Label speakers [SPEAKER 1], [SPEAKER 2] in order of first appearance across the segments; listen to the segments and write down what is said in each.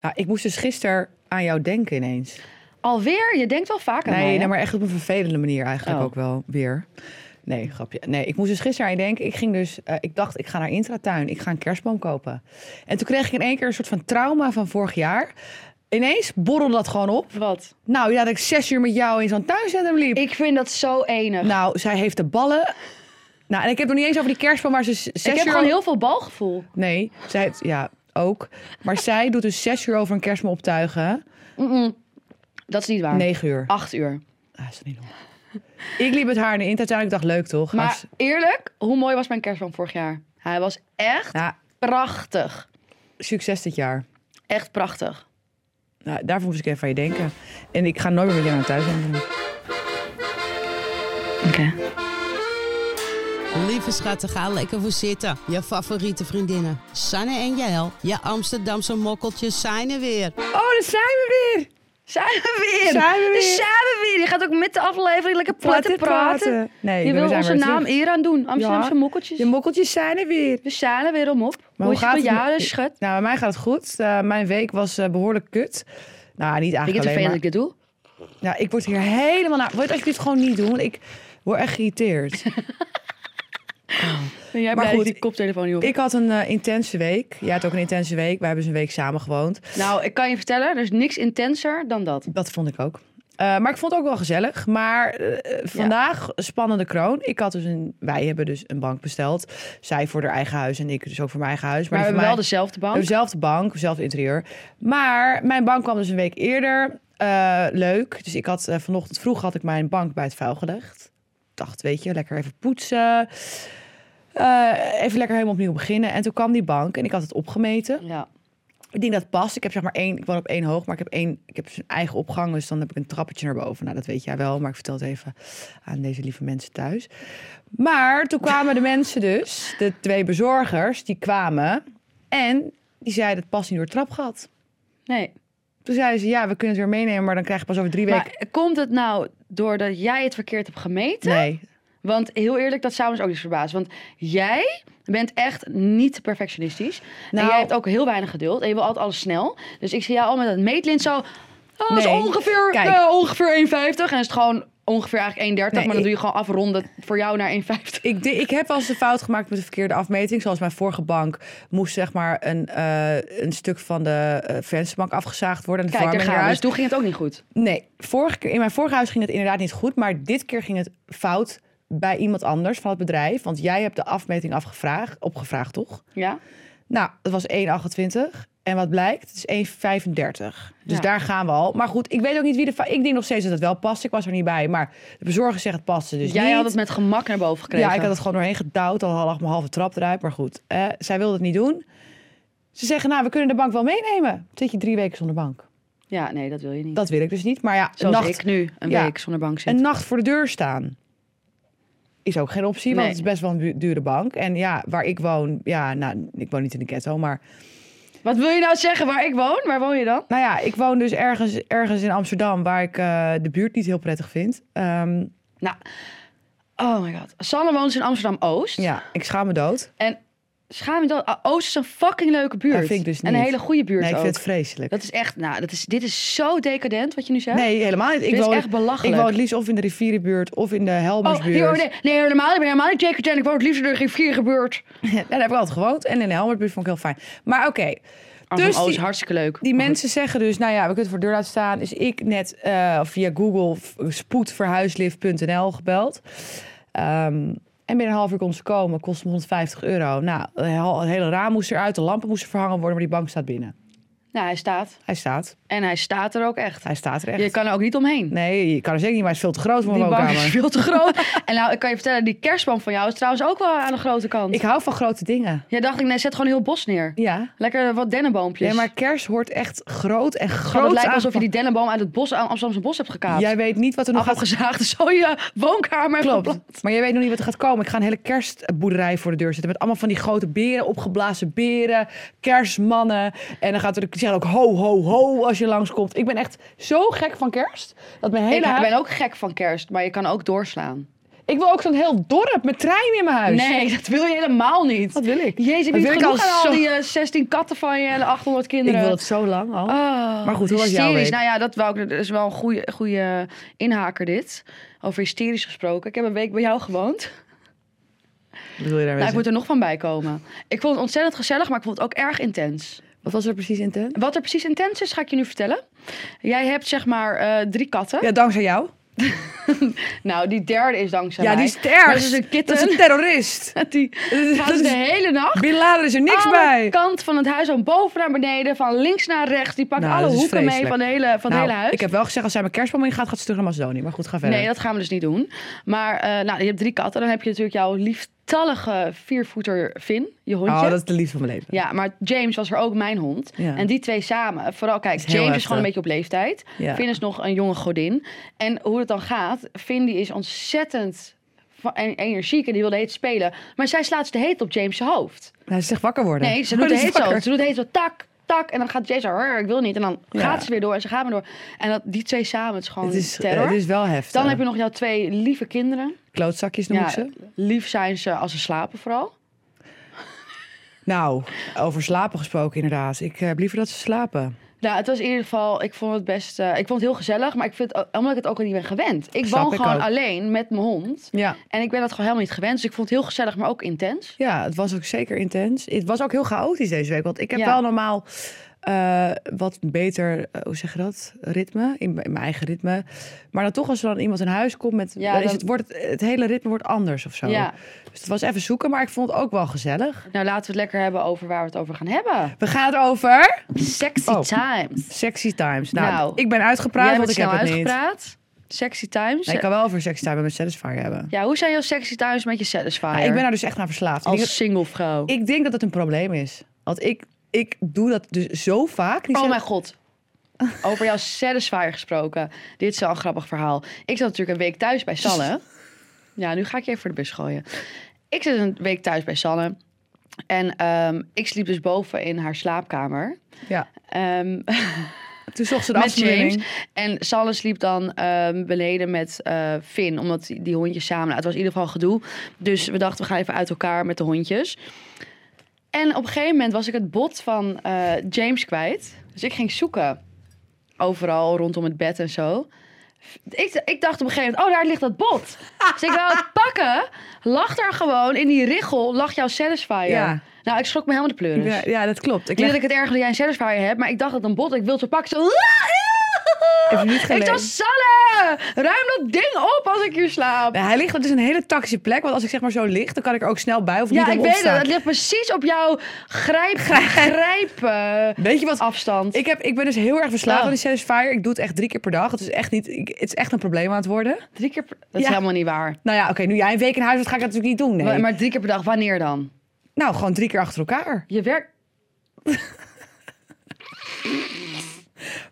[SPEAKER 1] Nou, ik moest dus gisteren aan jou denken ineens.
[SPEAKER 2] Alweer? Je denkt wel vaak aan
[SPEAKER 1] Nee,
[SPEAKER 2] mij,
[SPEAKER 1] nee,
[SPEAKER 2] hè?
[SPEAKER 1] maar echt op een vervelende manier eigenlijk
[SPEAKER 2] Oh.
[SPEAKER 1] ook wel weer. Nee, grapje. Nee, ik moest dus gisteren aan je denken. Ik ging dus, eh, ik dacht, ik ga naar Intratuin. Ik ga een kerstboom kopen. En toen kreeg ik in één keer een soort van trauma van vorig jaar. Ineens borrelde dat gewoon op.
[SPEAKER 2] Wat?
[SPEAKER 1] Nou, ja, dat ik zes uur met jou in zo'n tuincentrum liep.
[SPEAKER 2] Ik vind dat zo enig.
[SPEAKER 1] Nou, zij heeft de ballen. Nou, en ik heb het nog niet eens over die kerstboom, maar ze is zes
[SPEAKER 2] ik heb
[SPEAKER 1] uur...
[SPEAKER 2] gewoon heel veel balgevoel.
[SPEAKER 1] Nee, zij heeft, ja, ook. Maar zij doet dus zes uur over een kerstboom optuigen.
[SPEAKER 2] Dat is niet waar.
[SPEAKER 1] Negen uur.
[SPEAKER 2] Acht uur.
[SPEAKER 1] Ah, is dat niet normaal. Ik liep met haar in de Intratuin. Ik dacht, leuk toch?
[SPEAKER 2] Maar
[SPEAKER 1] Hartst-
[SPEAKER 2] eerlijk, hoe mooi was mijn kerstboom vorig jaar? Hij was echt
[SPEAKER 1] Ja,
[SPEAKER 2] prachtig.
[SPEAKER 1] succes dit jaar.
[SPEAKER 2] Echt prachtig.
[SPEAKER 1] Nou, daarvoor moest ik even aan je denken. En ik ga nooit meer met jou naar thuis.
[SPEAKER 2] Oké.
[SPEAKER 3] Lieve schatten, ga lekker voor zitten. Je favoriete vriendinnen, Sanne en Jael. Je Amsterdamse mokkeltjes zijn er weer.
[SPEAKER 1] Oh, daar zijn we weer!
[SPEAKER 2] Zijn we weer?
[SPEAKER 1] Zijn we weer?
[SPEAKER 2] Daar Zijn we weer? Je gaat ook met de aflevering lekker platten praten.
[SPEAKER 1] Nee,
[SPEAKER 2] je
[SPEAKER 1] we
[SPEAKER 2] wil
[SPEAKER 1] zijn
[SPEAKER 2] onze
[SPEAKER 1] weer
[SPEAKER 2] naam
[SPEAKER 1] terug.
[SPEAKER 2] eer aan doen. Amsterdamse
[SPEAKER 1] Ja.
[SPEAKER 2] mokkeltjes.
[SPEAKER 1] Je mokkeltjes zijn er weer.
[SPEAKER 2] We zijn er weer om op.
[SPEAKER 1] Maar
[SPEAKER 2] hoe
[SPEAKER 1] hoe
[SPEAKER 2] is het
[SPEAKER 1] gaat
[SPEAKER 2] met
[SPEAKER 1] het
[SPEAKER 2] jou, dus,
[SPEAKER 1] met-
[SPEAKER 2] schat?
[SPEAKER 1] Nou, bij mij gaat het goed. Eh, mijn week was eh, behoorlijk kut. Nou, niet
[SPEAKER 2] Vind je
[SPEAKER 1] eigenlijk
[SPEAKER 2] het
[SPEAKER 1] alleen
[SPEAKER 2] vervelend
[SPEAKER 1] maar...
[SPEAKER 2] dat ik dit doe?
[SPEAKER 1] Nou, ik word hier helemaal naar... Wil je het alsjeblieft gewoon niet doen? Want ik word echt geïrriteerd.
[SPEAKER 2] Ben jij
[SPEAKER 1] Maar
[SPEAKER 2] blij dat
[SPEAKER 1] goed,
[SPEAKER 2] die koptelefoon niet op?
[SPEAKER 1] ik had een eh, intense week. Jij had ook een intense week. Wij hebben dus een week samen gewoond.
[SPEAKER 2] Nou, ik kan je vertellen, er is niks intenser dan dat.
[SPEAKER 1] Dat vond ik ook. Eh, maar ik vond het ook wel gezellig. Maar eh, vandaag spannende kroon. Ik had dus een, wij hebben dus een bank besteld. Zij voor haar eigen huis en ik dus ook voor mijn eigen huis.
[SPEAKER 2] Maar we
[SPEAKER 1] die
[SPEAKER 2] hebben
[SPEAKER 1] van
[SPEAKER 2] wel
[SPEAKER 1] mij-
[SPEAKER 2] dezelfde
[SPEAKER 1] we
[SPEAKER 2] bank.
[SPEAKER 1] hebben dezelfde bank, dezelfde interieur. Maar mijn bank kwam dus een week eerder. Eh, leuk. Dus ik had eh, vanochtend vroeg had ik mijn bank bij het vuil gelegd. Dacht, weet je, lekker even poetsen. Eh, even lekker helemaal opnieuw beginnen. En toen kwam die bank en ik had het opgemeten.
[SPEAKER 2] Ja.
[SPEAKER 1] Ik denk dat het past. Ik heb zeg maar één. Ik woon op één hoog, maar ik heb één. Ik heb zijn eigen opgang, dus dan heb ik een trappetje naar boven. Nou, dat weet jij wel, maar ik vertel het even aan deze lieve mensen thuis. Maar toen kwamen de mensen dus, de twee bezorgers, die kwamen en die zeiden het past niet door het trapgat.
[SPEAKER 2] Nee.
[SPEAKER 1] Toen zeiden ze ja, we kunnen het weer meenemen, maar dan krijg je pas over drie weken.
[SPEAKER 2] Maar komt het nou doordat jij het verkeerd hebt gemeten?
[SPEAKER 1] Nee,
[SPEAKER 2] Want heel eerlijk, dat zou ons ook niet verbazen. Want jij bent echt niet perfectionistisch.
[SPEAKER 1] Nou-
[SPEAKER 2] en jij hebt ook heel weinig geduld. En je wil altijd alles snel. Dus ik zie jou al met dat meetlint zo... Oh, dat is
[SPEAKER 1] Nee.
[SPEAKER 2] ongeveer,
[SPEAKER 1] Kijk.
[SPEAKER 2] eh, ongeveer 1,50. En dan is het gewoon ongeveer eigenlijk 1,30. maar dan
[SPEAKER 1] ik-
[SPEAKER 2] doe je gewoon afronden voor jou naar 1,50.
[SPEAKER 1] ik, de- ik heb wel eens de fout gemaakt met de verkeerde afmeting. Zoals mijn vorige bank moest zeg maar een, eh, een stuk van de eh, vensterbank afgezaagd worden en de
[SPEAKER 2] Kijk, daar
[SPEAKER 1] verwarming
[SPEAKER 2] gaan we.
[SPEAKER 1] eruit.
[SPEAKER 2] Dus toen ging het ook niet goed.
[SPEAKER 1] Nee, vorige keer, in mijn vorige huis ging het inderdaad niet goed. Maar dit keer ging het fout bij iemand anders van het bedrijf. Want jij hebt de afmeting afgevraagd, opgevraagd, toch?
[SPEAKER 2] Ja?
[SPEAKER 1] Nou, het was 1,28. En wat blijkt? Het is 1,35. Dus
[SPEAKER 2] Ja.
[SPEAKER 1] daar gaan we al. Maar goed, ik weet ook niet wie de... fa- Ik denk nog steeds dat het wel past. Ik was er niet bij. Maar de bezorger zegt het paste dus
[SPEAKER 2] jij
[SPEAKER 1] niet.
[SPEAKER 2] had het met gemak naar boven gekregen.
[SPEAKER 1] Ja, ik had het gewoon doorheen gedouwd. Al lag mijn halve trap eruit. Maar goed, eh, zij wilde het niet doen. Ze zeggen, nou, we kunnen de bank wel meenemen. Dan zit je drie weken zonder bank.
[SPEAKER 2] Ja, nee, dat wil je niet.
[SPEAKER 1] Dat wil ik dus niet. Maar ja,
[SPEAKER 2] Zoals
[SPEAKER 1] nacht,
[SPEAKER 2] ik nu een
[SPEAKER 1] Ja.
[SPEAKER 2] week zonder bank zit.
[SPEAKER 1] een nacht voor de deur staan. Is ook geen optie, want het
[SPEAKER 2] Nee.
[SPEAKER 1] is best wel een bu- dure bank. En ja, waar ik woon, ja, nou, ik woon niet in de ghetto, maar...
[SPEAKER 2] Wat wil je nou zeggen waar ik woon? Waar woon je dan?
[SPEAKER 1] Nou ja, ik woon dus ergens, ergens in Amsterdam, waar ik eh, de buurt niet heel prettig vind. Ehm,
[SPEAKER 2] Nou, oh my god. Sanne woont dus in Amsterdam-Oost.
[SPEAKER 1] ja, ik schaam me dood.
[SPEAKER 2] En schaam je dat? Ah, Oost is een fucking leuke buurt.
[SPEAKER 1] Dat vind ik dus
[SPEAKER 2] En een
[SPEAKER 1] niet.
[SPEAKER 2] hele goede buurt
[SPEAKER 1] Nee, ik
[SPEAKER 2] ook.
[SPEAKER 1] vind het vreselijk.
[SPEAKER 2] Dat is echt, nou, dat is, dit is zo decadent wat je nu zegt.
[SPEAKER 1] Nee, helemaal niet. Ik
[SPEAKER 2] dit is
[SPEAKER 1] woon,
[SPEAKER 2] echt belachelijk.
[SPEAKER 1] ik woon het liefst of in de rivierenbuurt of in de
[SPEAKER 2] Oh,
[SPEAKER 1] Helmersbuurt.
[SPEAKER 2] hier, oh, nee, nee, helemaal, ik ben helemaal niet decadent. Ik woon het liefst door de rivier gebeurd.
[SPEAKER 1] Ja, Daar heb ik altijd gewoond. En in de Helmersbuurt vond ik heel fijn. Maar oké,
[SPEAKER 2] Dus Oost,
[SPEAKER 1] die-
[SPEAKER 2] hartstikke leuk.
[SPEAKER 1] Die mensen zeggen dus, nou ja, we kunnen het voor de deur laten staan. Dus ik net eh, via Google v- spoedverhuislift.nl gebeld. Ehm, en binnen een half uur kon ze komen, kostte me 150 euro. Nou, een hel- een hele raam moest eruit, de lampen moesten verhangen worden, maar die bank staat binnen.
[SPEAKER 2] Nou, hij staat.
[SPEAKER 1] Hij staat,
[SPEAKER 2] En hij staat er ook echt.
[SPEAKER 1] hij staat er echt.
[SPEAKER 2] Je kan er ook niet omheen.
[SPEAKER 1] Nee, je kan er zeker niet, maar het is veel te groot voor
[SPEAKER 2] Die
[SPEAKER 1] mijn
[SPEAKER 2] bank is
[SPEAKER 1] woonkamer.
[SPEAKER 2] veel te groot. en nou, ik kan je vertellen, die kerstboom van jou is trouwens ook wel aan de grote kant.
[SPEAKER 1] Ik hou van grote dingen.
[SPEAKER 2] Jij dacht ik, nee, zet gewoon heel bos neer.
[SPEAKER 1] Ja.
[SPEAKER 2] Lekker wat dennenboompjes.
[SPEAKER 1] Nee, maar kers hoort echt groot en
[SPEAKER 2] Schat,
[SPEAKER 1] groot
[SPEAKER 2] het lijkt alsof je
[SPEAKER 1] aangepakt.
[SPEAKER 2] die dennenboom uit het bos, Amsterdamse bos hebt gekaapt.
[SPEAKER 1] Jij weet niet wat er nog
[SPEAKER 2] nog
[SPEAKER 1] gaat
[SPEAKER 2] afgezaagd, zo je woonkamer geplant.
[SPEAKER 1] Klopt. Maar je weet nog niet wat er gaat komen. Ik ga een hele kerstboerderij voor de deur zetten. Met allemaal van die grote beren, opgeblazen beren, kerstmannen. En dan gaat er die zeggen ook ho, ho, ho als je langskomt. Ik ben echt zo gek van kerst. Dat mijn hele
[SPEAKER 2] Ik
[SPEAKER 1] huis-
[SPEAKER 2] ben ook gek van kerst, maar je kan ook doorslaan.
[SPEAKER 1] ik, Ik wil ook zo'n heel dorp met trein in mijn huis.
[SPEAKER 2] Nee, dat wil je helemaal niet.
[SPEAKER 1] Dat wil ik. Dat
[SPEAKER 2] Jezus, heb je
[SPEAKER 1] wil
[SPEAKER 2] niet
[SPEAKER 1] ik
[SPEAKER 2] genoeg
[SPEAKER 1] al
[SPEAKER 2] aan
[SPEAKER 1] zo-
[SPEAKER 2] al die eh, 16 katten van je en de 800
[SPEAKER 1] Ik
[SPEAKER 2] kinderen?
[SPEAKER 1] wil het zo lang al.
[SPEAKER 2] Ah,
[SPEAKER 1] Maar goed, hoe was jouw
[SPEAKER 2] hysterisch.
[SPEAKER 1] week?
[SPEAKER 2] Nou ja, dat, wou ik, dat is wel een goede, goede inhaker dit. Over hysterisch gesproken. Ik heb een week bij jou gewoond.
[SPEAKER 1] Wat wil je daarmee
[SPEAKER 2] Nou, ik
[SPEAKER 1] zeggen?
[SPEAKER 2] moet er nog van bij komen. Ik vond het ontzettend gezellig, maar ik vond het ook erg intens.
[SPEAKER 1] Wat was er precies in tent?
[SPEAKER 2] Wat er precies intens is, ga ik je nu vertellen. Jij hebt zeg maar eh, drie katten.
[SPEAKER 1] Ja, dankzij jou.
[SPEAKER 2] Nou, die derde is dankzij
[SPEAKER 1] Ja,
[SPEAKER 2] mij.
[SPEAKER 1] die is het ergst.
[SPEAKER 2] Dat is een kitten.
[SPEAKER 1] Dat is een terrorist.
[SPEAKER 2] Die gaat
[SPEAKER 1] dat
[SPEAKER 2] de
[SPEAKER 1] is-
[SPEAKER 2] hele nacht
[SPEAKER 1] Bin Laden is er niks
[SPEAKER 2] alle
[SPEAKER 1] bij.
[SPEAKER 2] kant van het huis, van boven naar beneden, van links naar rechts. Die pakt
[SPEAKER 1] Nou,
[SPEAKER 2] alle
[SPEAKER 1] dat is
[SPEAKER 2] hoeken mee
[SPEAKER 1] vreselijk.
[SPEAKER 2] van, de hele, van
[SPEAKER 1] Nou,
[SPEAKER 2] het hele huis.
[SPEAKER 1] Ik heb wel gezegd, als zij mijn kerstboom ingaat, gaat ze terug naar Macedonië. Maar goed, ga verder.
[SPEAKER 2] Nee, dat gaan we dus niet doen. Maar eh, nou, je hebt drie katten. Dan heb je natuurlijk jouw lieftallige viervoeter Finn, je hondje.
[SPEAKER 1] oh, dat is de liefde van mijn leven.
[SPEAKER 2] Ja, maar James was er ook mijn hond.
[SPEAKER 1] Ja.
[SPEAKER 2] En die twee samen. Vooral, kijk,
[SPEAKER 1] heel
[SPEAKER 2] James is
[SPEAKER 1] heftig.
[SPEAKER 2] gewoon een beetje op leeftijd.
[SPEAKER 1] Ja.
[SPEAKER 2] Finn is nog een jonge godin. En hoe het dan gaat, Finn die is ontzettend va- en energiek en die wil de heet spelen. Maar zij slaat de heet op James' hoofd.
[SPEAKER 1] Nou, ze zegt wakker worden.
[SPEAKER 2] Nee, ze
[SPEAKER 1] Oh,
[SPEAKER 2] doet de
[SPEAKER 1] die is
[SPEAKER 2] heet zo.
[SPEAKER 1] wakker.
[SPEAKER 2] Ze doet de heet zo tak, tak. En dan gaat James zo, "Rrr, ik wil niet. En dan
[SPEAKER 1] Ja.
[SPEAKER 2] gaat ze weer door en ze gaat maar door. En dat, die twee samen, het is gewoon
[SPEAKER 1] Het is, eh,
[SPEAKER 2] terror.
[SPEAKER 1] het is wel heftig.
[SPEAKER 2] Dan heb je nog jouw twee lieve kinderen.
[SPEAKER 1] Klootzakjes noem
[SPEAKER 2] Ja,
[SPEAKER 1] ik ze.
[SPEAKER 2] Lief zijn ze als ze slapen vooral.
[SPEAKER 1] Nou, over slapen gesproken inderdaad. Ik eh, heb liever dat ze slapen.
[SPEAKER 2] Nou, het was in ieder geval, ik vond het best, eh, ik vond het heel gezellig, maar ik vind, het ook- omdat ik het ook al niet ben gewend. Ik
[SPEAKER 1] Snap
[SPEAKER 2] woon
[SPEAKER 1] ik
[SPEAKER 2] gewoon
[SPEAKER 1] ook.
[SPEAKER 2] alleen met mijn hond
[SPEAKER 1] Ja.
[SPEAKER 2] en ik ben dat gewoon helemaal niet gewend. Dus ik vond het heel gezellig, maar ook intens.
[SPEAKER 1] Ja, het was ook zeker intens. Het was ook heel chaotisch deze week. Want ik heb
[SPEAKER 2] Ja.
[SPEAKER 1] wel normaal eh, wat beter, eh, hoe zeg je dat, ritme. In, mijn- in mijn eigen ritme. Maar dan toch als er dan iemand in huis komt, met,
[SPEAKER 2] Ja,
[SPEAKER 1] dan is
[SPEAKER 2] dan-
[SPEAKER 1] het, wordt het, het hele ritme wordt anders of zo.
[SPEAKER 2] Ja.
[SPEAKER 1] Dus het was even zoeken, maar ik vond het ook wel gezellig.
[SPEAKER 2] Nou, laten we het lekker hebben over waar we het over gaan hebben.
[SPEAKER 1] We gaan het over
[SPEAKER 2] Sexy
[SPEAKER 1] Oh.
[SPEAKER 2] times.
[SPEAKER 1] sexy times. Nou,
[SPEAKER 2] Nou,
[SPEAKER 1] ik ben uitgepraat,
[SPEAKER 2] Jij
[SPEAKER 1] want
[SPEAKER 2] bent
[SPEAKER 1] ik heb
[SPEAKER 2] snel
[SPEAKER 1] het niet.
[SPEAKER 2] uitgepraat. Sexy times.
[SPEAKER 1] Nee, ik kan wel over sexy time met Satisfyer hebben.
[SPEAKER 2] Ja, hoe zijn jouw sexy times met je satisfier?
[SPEAKER 1] Maar ik ben er dus echt aan verslaafd. Ik denk
[SPEAKER 2] als single vrouw.
[SPEAKER 1] dat- ik denk dat het een probleem is. Want ik, ik doe dat dus zo vaak. Die
[SPEAKER 2] Oh
[SPEAKER 1] sat-
[SPEAKER 2] mijn god. Over jouw satisfier gesproken. Dit is wel een grappig verhaal. Ik zat natuurlijk een week thuis bij Sanne. Ja, nu ga ik je even voor de bus gooien. Ik zat een week thuis bij Sanne. En ehm, ik sliep dus boven in haar slaapkamer.
[SPEAKER 1] Ja,
[SPEAKER 2] Ehm,
[SPEAKER 1] toen zocht ze de
[SPEAKER 2] met
[SPEAKER 1] afsluiting.
[SPEAKER 2] James. En Sanne sliep dan ehm, beneden met eh Finn. Omdat die, die hondjes samen... nou, het was in ieder geval gedoe. Dus we dachten, we gaan even uit elkaar met de hondjes. En op een gegeven moment was ik het bot van eh, James kwijt. Dus ik ging zoeken. Overal, rondom het bed en zo. Ik, ik dacht op een gegeven moment, oh, daar ligt dat bot. Dus ik wou het pakken. Lag daar gewoon, in die richel, lag jouw satisfier.
[SPEAKER 1] Ja.
[SPEAKER 2] Nou, ik schrok me helemaal de pleuris.
[SPEAKER 1] Ja, ja, dat klopt. Ik
[SPEAKER 2] Niet
[SPEAKER 1] leg
[SPEAKER 2] dat ik het erg dat jij een satisfier hebt, maar ik dacht dat een bot. Ik wil het zo pakken. Zo...
[SPEAKER 1] Heb je niet
[SPEAKER 2] ik
[SPEAKER 1] gelezen?
[SPEAKER 2] dacht, Sanne, ruim dat ding op als ik hier slaap.
[SPEAKER 1] Ja, hij ligt op dus een hele tactische plek. Want als ik zeg maar zo lig, dan kan ik er ook snel bij of niet
[SPEAKER 2] Ja, ik
[SPEAKER 1] helemaal
[SPEAKER 2] weet het.
[SPEAKER 1] opstaan.
[SPEAKER 2] Het ligt precies op jouw grijp, grijp eh,
[SPEAKER 1] Weet je wat?
[SPEAKER 2] afstand.
[SPEAKER 1] Ik, heb, ik ben dus heel erg verslaafd
[SPEAKER 2] Oh.
[SPEAKER 1] aan die satisfier. Ik doe het echt drie keer per dag. Het is echt, niet, ik- het is echt een probleem aan het worden.
[SPEAKER 2] Drie keer per... Dat
[SPEAKER 1] Ja.
[SPEAKER 2] is helemaal niet waar.
[SPEAKER 1] Nou ja, oké, nu jij een week in huis bent, ga ik dat natuurlijk niet doen. Nee.
[SPEAKER 2] Maar, maar drie keer per dag, wanneer dan?
[SPEAKER 1] Nou, gewoon drie keer achter elkaar.
[SPEAKER 2] Je werkt...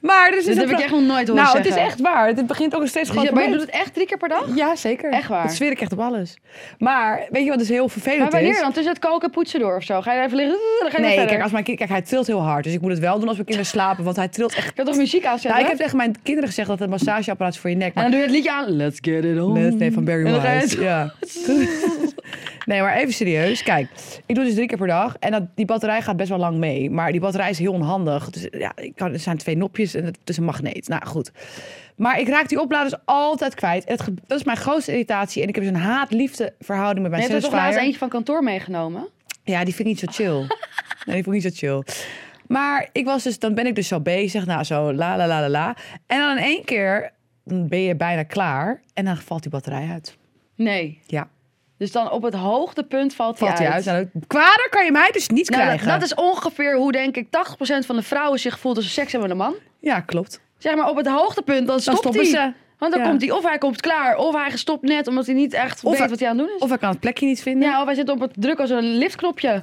[SPEAKER 1] Maar dus
[SPEAKER 2] Dit
[SPEAKER 1] is
[SPEAKER 2] heb ik echt nog nooit horen
[SPEAKER 1] Nou, het
[SPEAKER 2] zeggen.
[SPEAKER 1] is echt waar. Het begint ook een steeds
[SPEAKER 2] Dus
[SPEAKER 1] groter
[SPEAKER 2] je, maar je doet
[SPEAKER 1] probleem.
[SPEAKER 2] het echt drie keer per dag?
[SPEAKER 1] Ja, zeker.
[SPEAKER 2] Echt waar.
[SPEAKER 1] Dat zweer ik echt op alles. Maar weet je wat dus heel vervelend
[SPEAKER 2] Maar wanneer
[SPEAKER 1] is?
[SPEAKER 2] dan? Tussen het koken en poetsen door of zo? Ga je daar even liggen? Dan ga je weer
[SPEAKER 1] Nee,
[SPEAKER 2] verder.
[SPEAKER 1] kijk, als mijn kind, kijk, hij trilt heel hard. Dus ik moet het wel doen als mijn kinderen slapen. Want hij trilt echt.
[SPEAKER 2] Ik kan toch muziek
[SPEAKER 1] Nou,
[SPEAKER 2] aanzetten?
[SPEAKER 1] ik heb tegen mijn kinderen gezegd dat het massageapparaat is voor je nek.
[SPEAKER 2] En
[SPEAKER 1] Maar
[SPEAKER 2] dan doe je het liedje aan. Let's get it on.
[SPEAKER 1] Nee, nee, van Barry
[SPEAKER 2] En dan ga je
[SPEAKER 1] White.
[SPEAKER 2] het-
[SPEAKER 1] Ja. nee, maar even serieus. Kijk, ik doe dus drie keer per dag. En dat, die batterij gaat best wel lang mee. Maar die batterij is heel onhandig. Dus ja, ik kan, er zijn twee nopjes en het is een magneet. Nou, goed. Maar ik raak die opladers altijd kwijt. En Het, ge- dat is mijn grootste irritatie. En ik heb dus een haat-liefde verhouding met
[SPEAKER 2] Je
[SPEAKER 1] mijn
[SPEAKER 2] hebt er toch laatst
[SPEAKER 1] satisfier.
[SPEAKER 2] eentje van kantoor meegenomen?
[SPEAKER 1] Ja, die vind ik niet zo chill. nee, die vond ik niet zo chill. Maar ik was dus, dan ben ik dus zo bezig. Nou, zo la la la la la. En dan in één keer ben je bijna klaar. En dan valt die batterij uit.
[SPEAKER 2] Nee.
[SPEAKER 1] Ja.
[SPEAKER 2] Dus dan op het hoogtepunt valt hij
[SPEAKER 1] Valt
[SPEAKER 2] uit.
[SPEAKER 1] die uit? Nou, kwader kan je mij dus niet
[SPEAKER 2] Nou, dat,
[SPEAKER 1] krijgen.
[SPEAKER 2] dat is ongeveer hoe denk ik 80% van de vrouwen zich voelt als ze seks hebben met een man.
[SPEAKER 1] Ja, klopt.
[SPEAKER 2] Zeg maar op het hoogtepunt, dan stopt
[SPEAKER 1] stoppen
[SPEAKER 2] hij.
[SPEAKER 1] ze.
[SPEAKER 2] Want dan
[SPEAKER 1] Ja.
[SPEAKER 2] komt hij, of hij komt klaar, of hij gestopt net omdat hij niet echt
[SPEAKER 1] Of
[SPEAKER 2] weet
[SPEAKER 1] hij-
[SPEAKER 2] wat hij aan het doen is.
[SPEAKER 1] Of ik kan het plekje niet vinden.
[SPEAKER 2] ja, of hij zit op het druk als een liftknopje.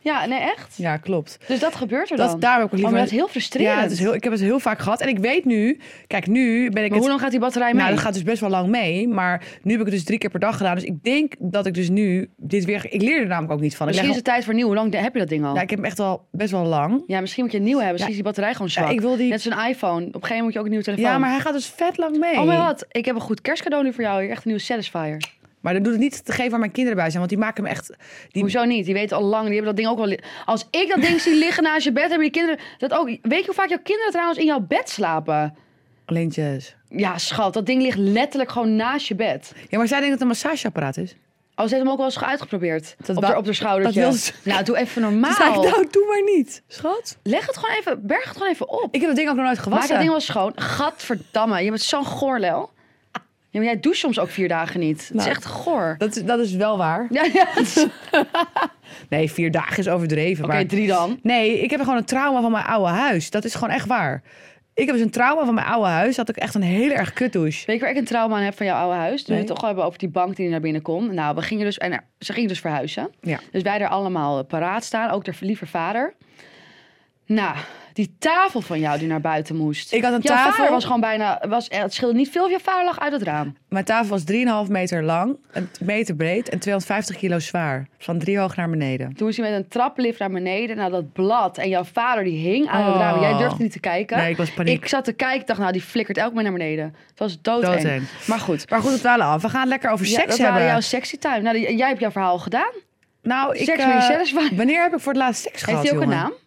[SPEAKER 2] Ja, nee, echt.
[SPEAKER 1] Ja, klopt.
[SPEAKER 2] Dus dat gebeurt er
[SPEAKER 1] Dat,
[SPEAKER 2] dan.
[SPEAKER 1] daarom heb ik ook liever...
[SPEAKER 2] Oh, maar dat is heel frustrerend.
[SPEAKER 1] Ja, het is heel, ik heb het heel vaak gehad. En ik weet nu, kijk, nu ben ik
[SPEAKER 2] maar
[SPEAKER 1] het...
[SPEAKER 2] hoe lang gaat die batterij mee?
[SPEAKER 1] Nou, dat gaat dus best wel lang mee. Maar nu heb ik het dus drie keer per dag gedaan. Dus ik denk dat ik dus nu dit weer... Ik leer er namelijk ook niet van. Ik,
[SPEAKER 2] misschien is
[SPEAKER 1] leg
[SPEAKER 2] het tijd voor nieuw. Hoe lang de- heb je dat ding al?
[SPEAKER 1] al- ja, ik heb hem echt al best wel lang.
[SPEAKER 2] Ja, misschien moet je een nieuw hebben. Misschien is die batterij gewoon zwak.
[SPEAKER 1] Ja, ik wil die...
[SPEAKER 2] Net zo'n iPhone. Op een gegeven moment moet je ook een nieuwe telefoon.
[SPEAKER 1] Ja, maar hij gaat dus vet lang mee.
[SPEAKER 2] Oh mijn god, ik heb een goed kerstcadeau nu voor jou. Hier, Echt een nieuwe Satisfier.
[SPEAKER 1] Maar dat doet het niet te geven aan mijn kinderen bij zijn. Want die maken hem echt... Die-
[SPEAKER 2] Hoezo niet? Die weten al lang. Die hebben dat ding ook wel... li- Als ik dat ding zie liggen naast je bed, hebben die kinderen dat ook. Weet je hoe vaak jouw kinderen trouwens in jouw bed slapen?
[SPEAKER 1] Leentjes.
[SPEAKER 2] Ja, schat. Dat ding ligt letterlijk gewoon naast je bed.
[SPEAKER 1] Ja, maar zij denkt dat het een massageapparaat is.
[SPEAKER 2] Oh, ze heeft hem ook wel eens uitgeprobeerd.
[SPEAKER 1] Dat
[SPEAKER 2] op,
[SPEAKER 1] wa-
[SPEAKER 2] haar, op haar schoudertje.
[SPEAKER 1] dat wil ze-
[SPEAKER 2] Nou, doe even
[SPEAKER 1] Dus zei ik,
[SPEAKER 2] normaal.
[SPEAKER 1] nou, doe maar niet. Schat.
[SPEAKER 2] Leg het gewoon even... Berg het gewoon even op.
[SPEAKER 1] Ik heb dat ding ook nog nooit
[SPEAKER 2] Maak
[SPEAKER 1] gewassen.
[SPEAKER 2] dat ding wel schoon. Gadverdamme, je bent zo'n goorlel. Ja, maar jij doucht soms ook vier dagen niet. Het
[SPEAKER 1] Nou.
[SPEAKER 2] is echt goor.
[SPEAKER 1] dat, is- dat is wel waar.
[SPEAKER 2] Ja, ja. het is- Oké,
[SPEAKER 1] Nee, vier dagen is overdreven. maar...
[SPEAKER 2] drie dan.
[SPEAKER 1] Nee, ik heb gewoon een trauma van mijn oude huis. Dat is gewoon echt waar. Ik heb dus een trauma van mijn oude huis. Dat ik echt een hele erg kutdouche.
[SPEAKER 2] Weet je waar ik een trauma aan heb van jouw oude huis? Toen we het
[SPEAKER 1] Nee.
[SPEAKER 2] toch al hebben over die bank die naar binnen kon. Nou, we gingen dus, en er- ze gingen dus verhuizen.
[SPEAKER 1] Ja.
[SPEAKER 2] Dus wij daar allemaal eh, paraat staan. Ook de lieve vader. Nou, die tafel van jou die naar buiten moest.
[SPEAKER 1] Ik had een
[SPEAKER 2] jouw
[SPEAKER 1] tafel.
[SPEAKER 2] vader was gewoon bijna... Was, eh, het scheelde niet veel of jouw vader lag uit het raam.
[SPEAKER 1] Mijn tafel was 3,5 meter lang, een meter breed en 250 kilo zwaar. Van drie hoog naar beneden.
[SPEAKER 2] Toen is hij met een traplift naar beneden, naar dat blad. En jouw vader die hing aan het
[SPEAKER 1] Oh.
[SPEAKER 2] raam. Jij durfde niet te kijken.
[SPEAKER 1] Nee, ik was paniek.
[SPEAKER 2] Ik zat te kijken, ik dacht, nou, die flikkert elk moment naar beneden. Het was doodeng.
[SPEAKER 1] Doodeng.
[SPEAKER 2] Maar goed.
[SPEAKER 1] Maar goed, het dwalen af. We gaan lekker over
[SPEAKER 2] Ja,
[SPEAKER 1] seks
[SPEAKER 2] dat waren
[SPEAKER 1] hebben.
[SPEAKER 2] jouw sexy time. Nou, die- jij hebt jouw verhaal gedaan.
[SPEAKER 1] Nou, ik,
[SPEAKER 2] Seks met je
[SPEAKER 1] eh,
[SPEAKER 2] satisfier.
[SPEAKER 1] Wanneer heb ik voor het laatst seks gehad,
[SPEAKER 2] Heeft hij ook een
[SPEAKER 1] jongen?
[SPEAKER 2] naam?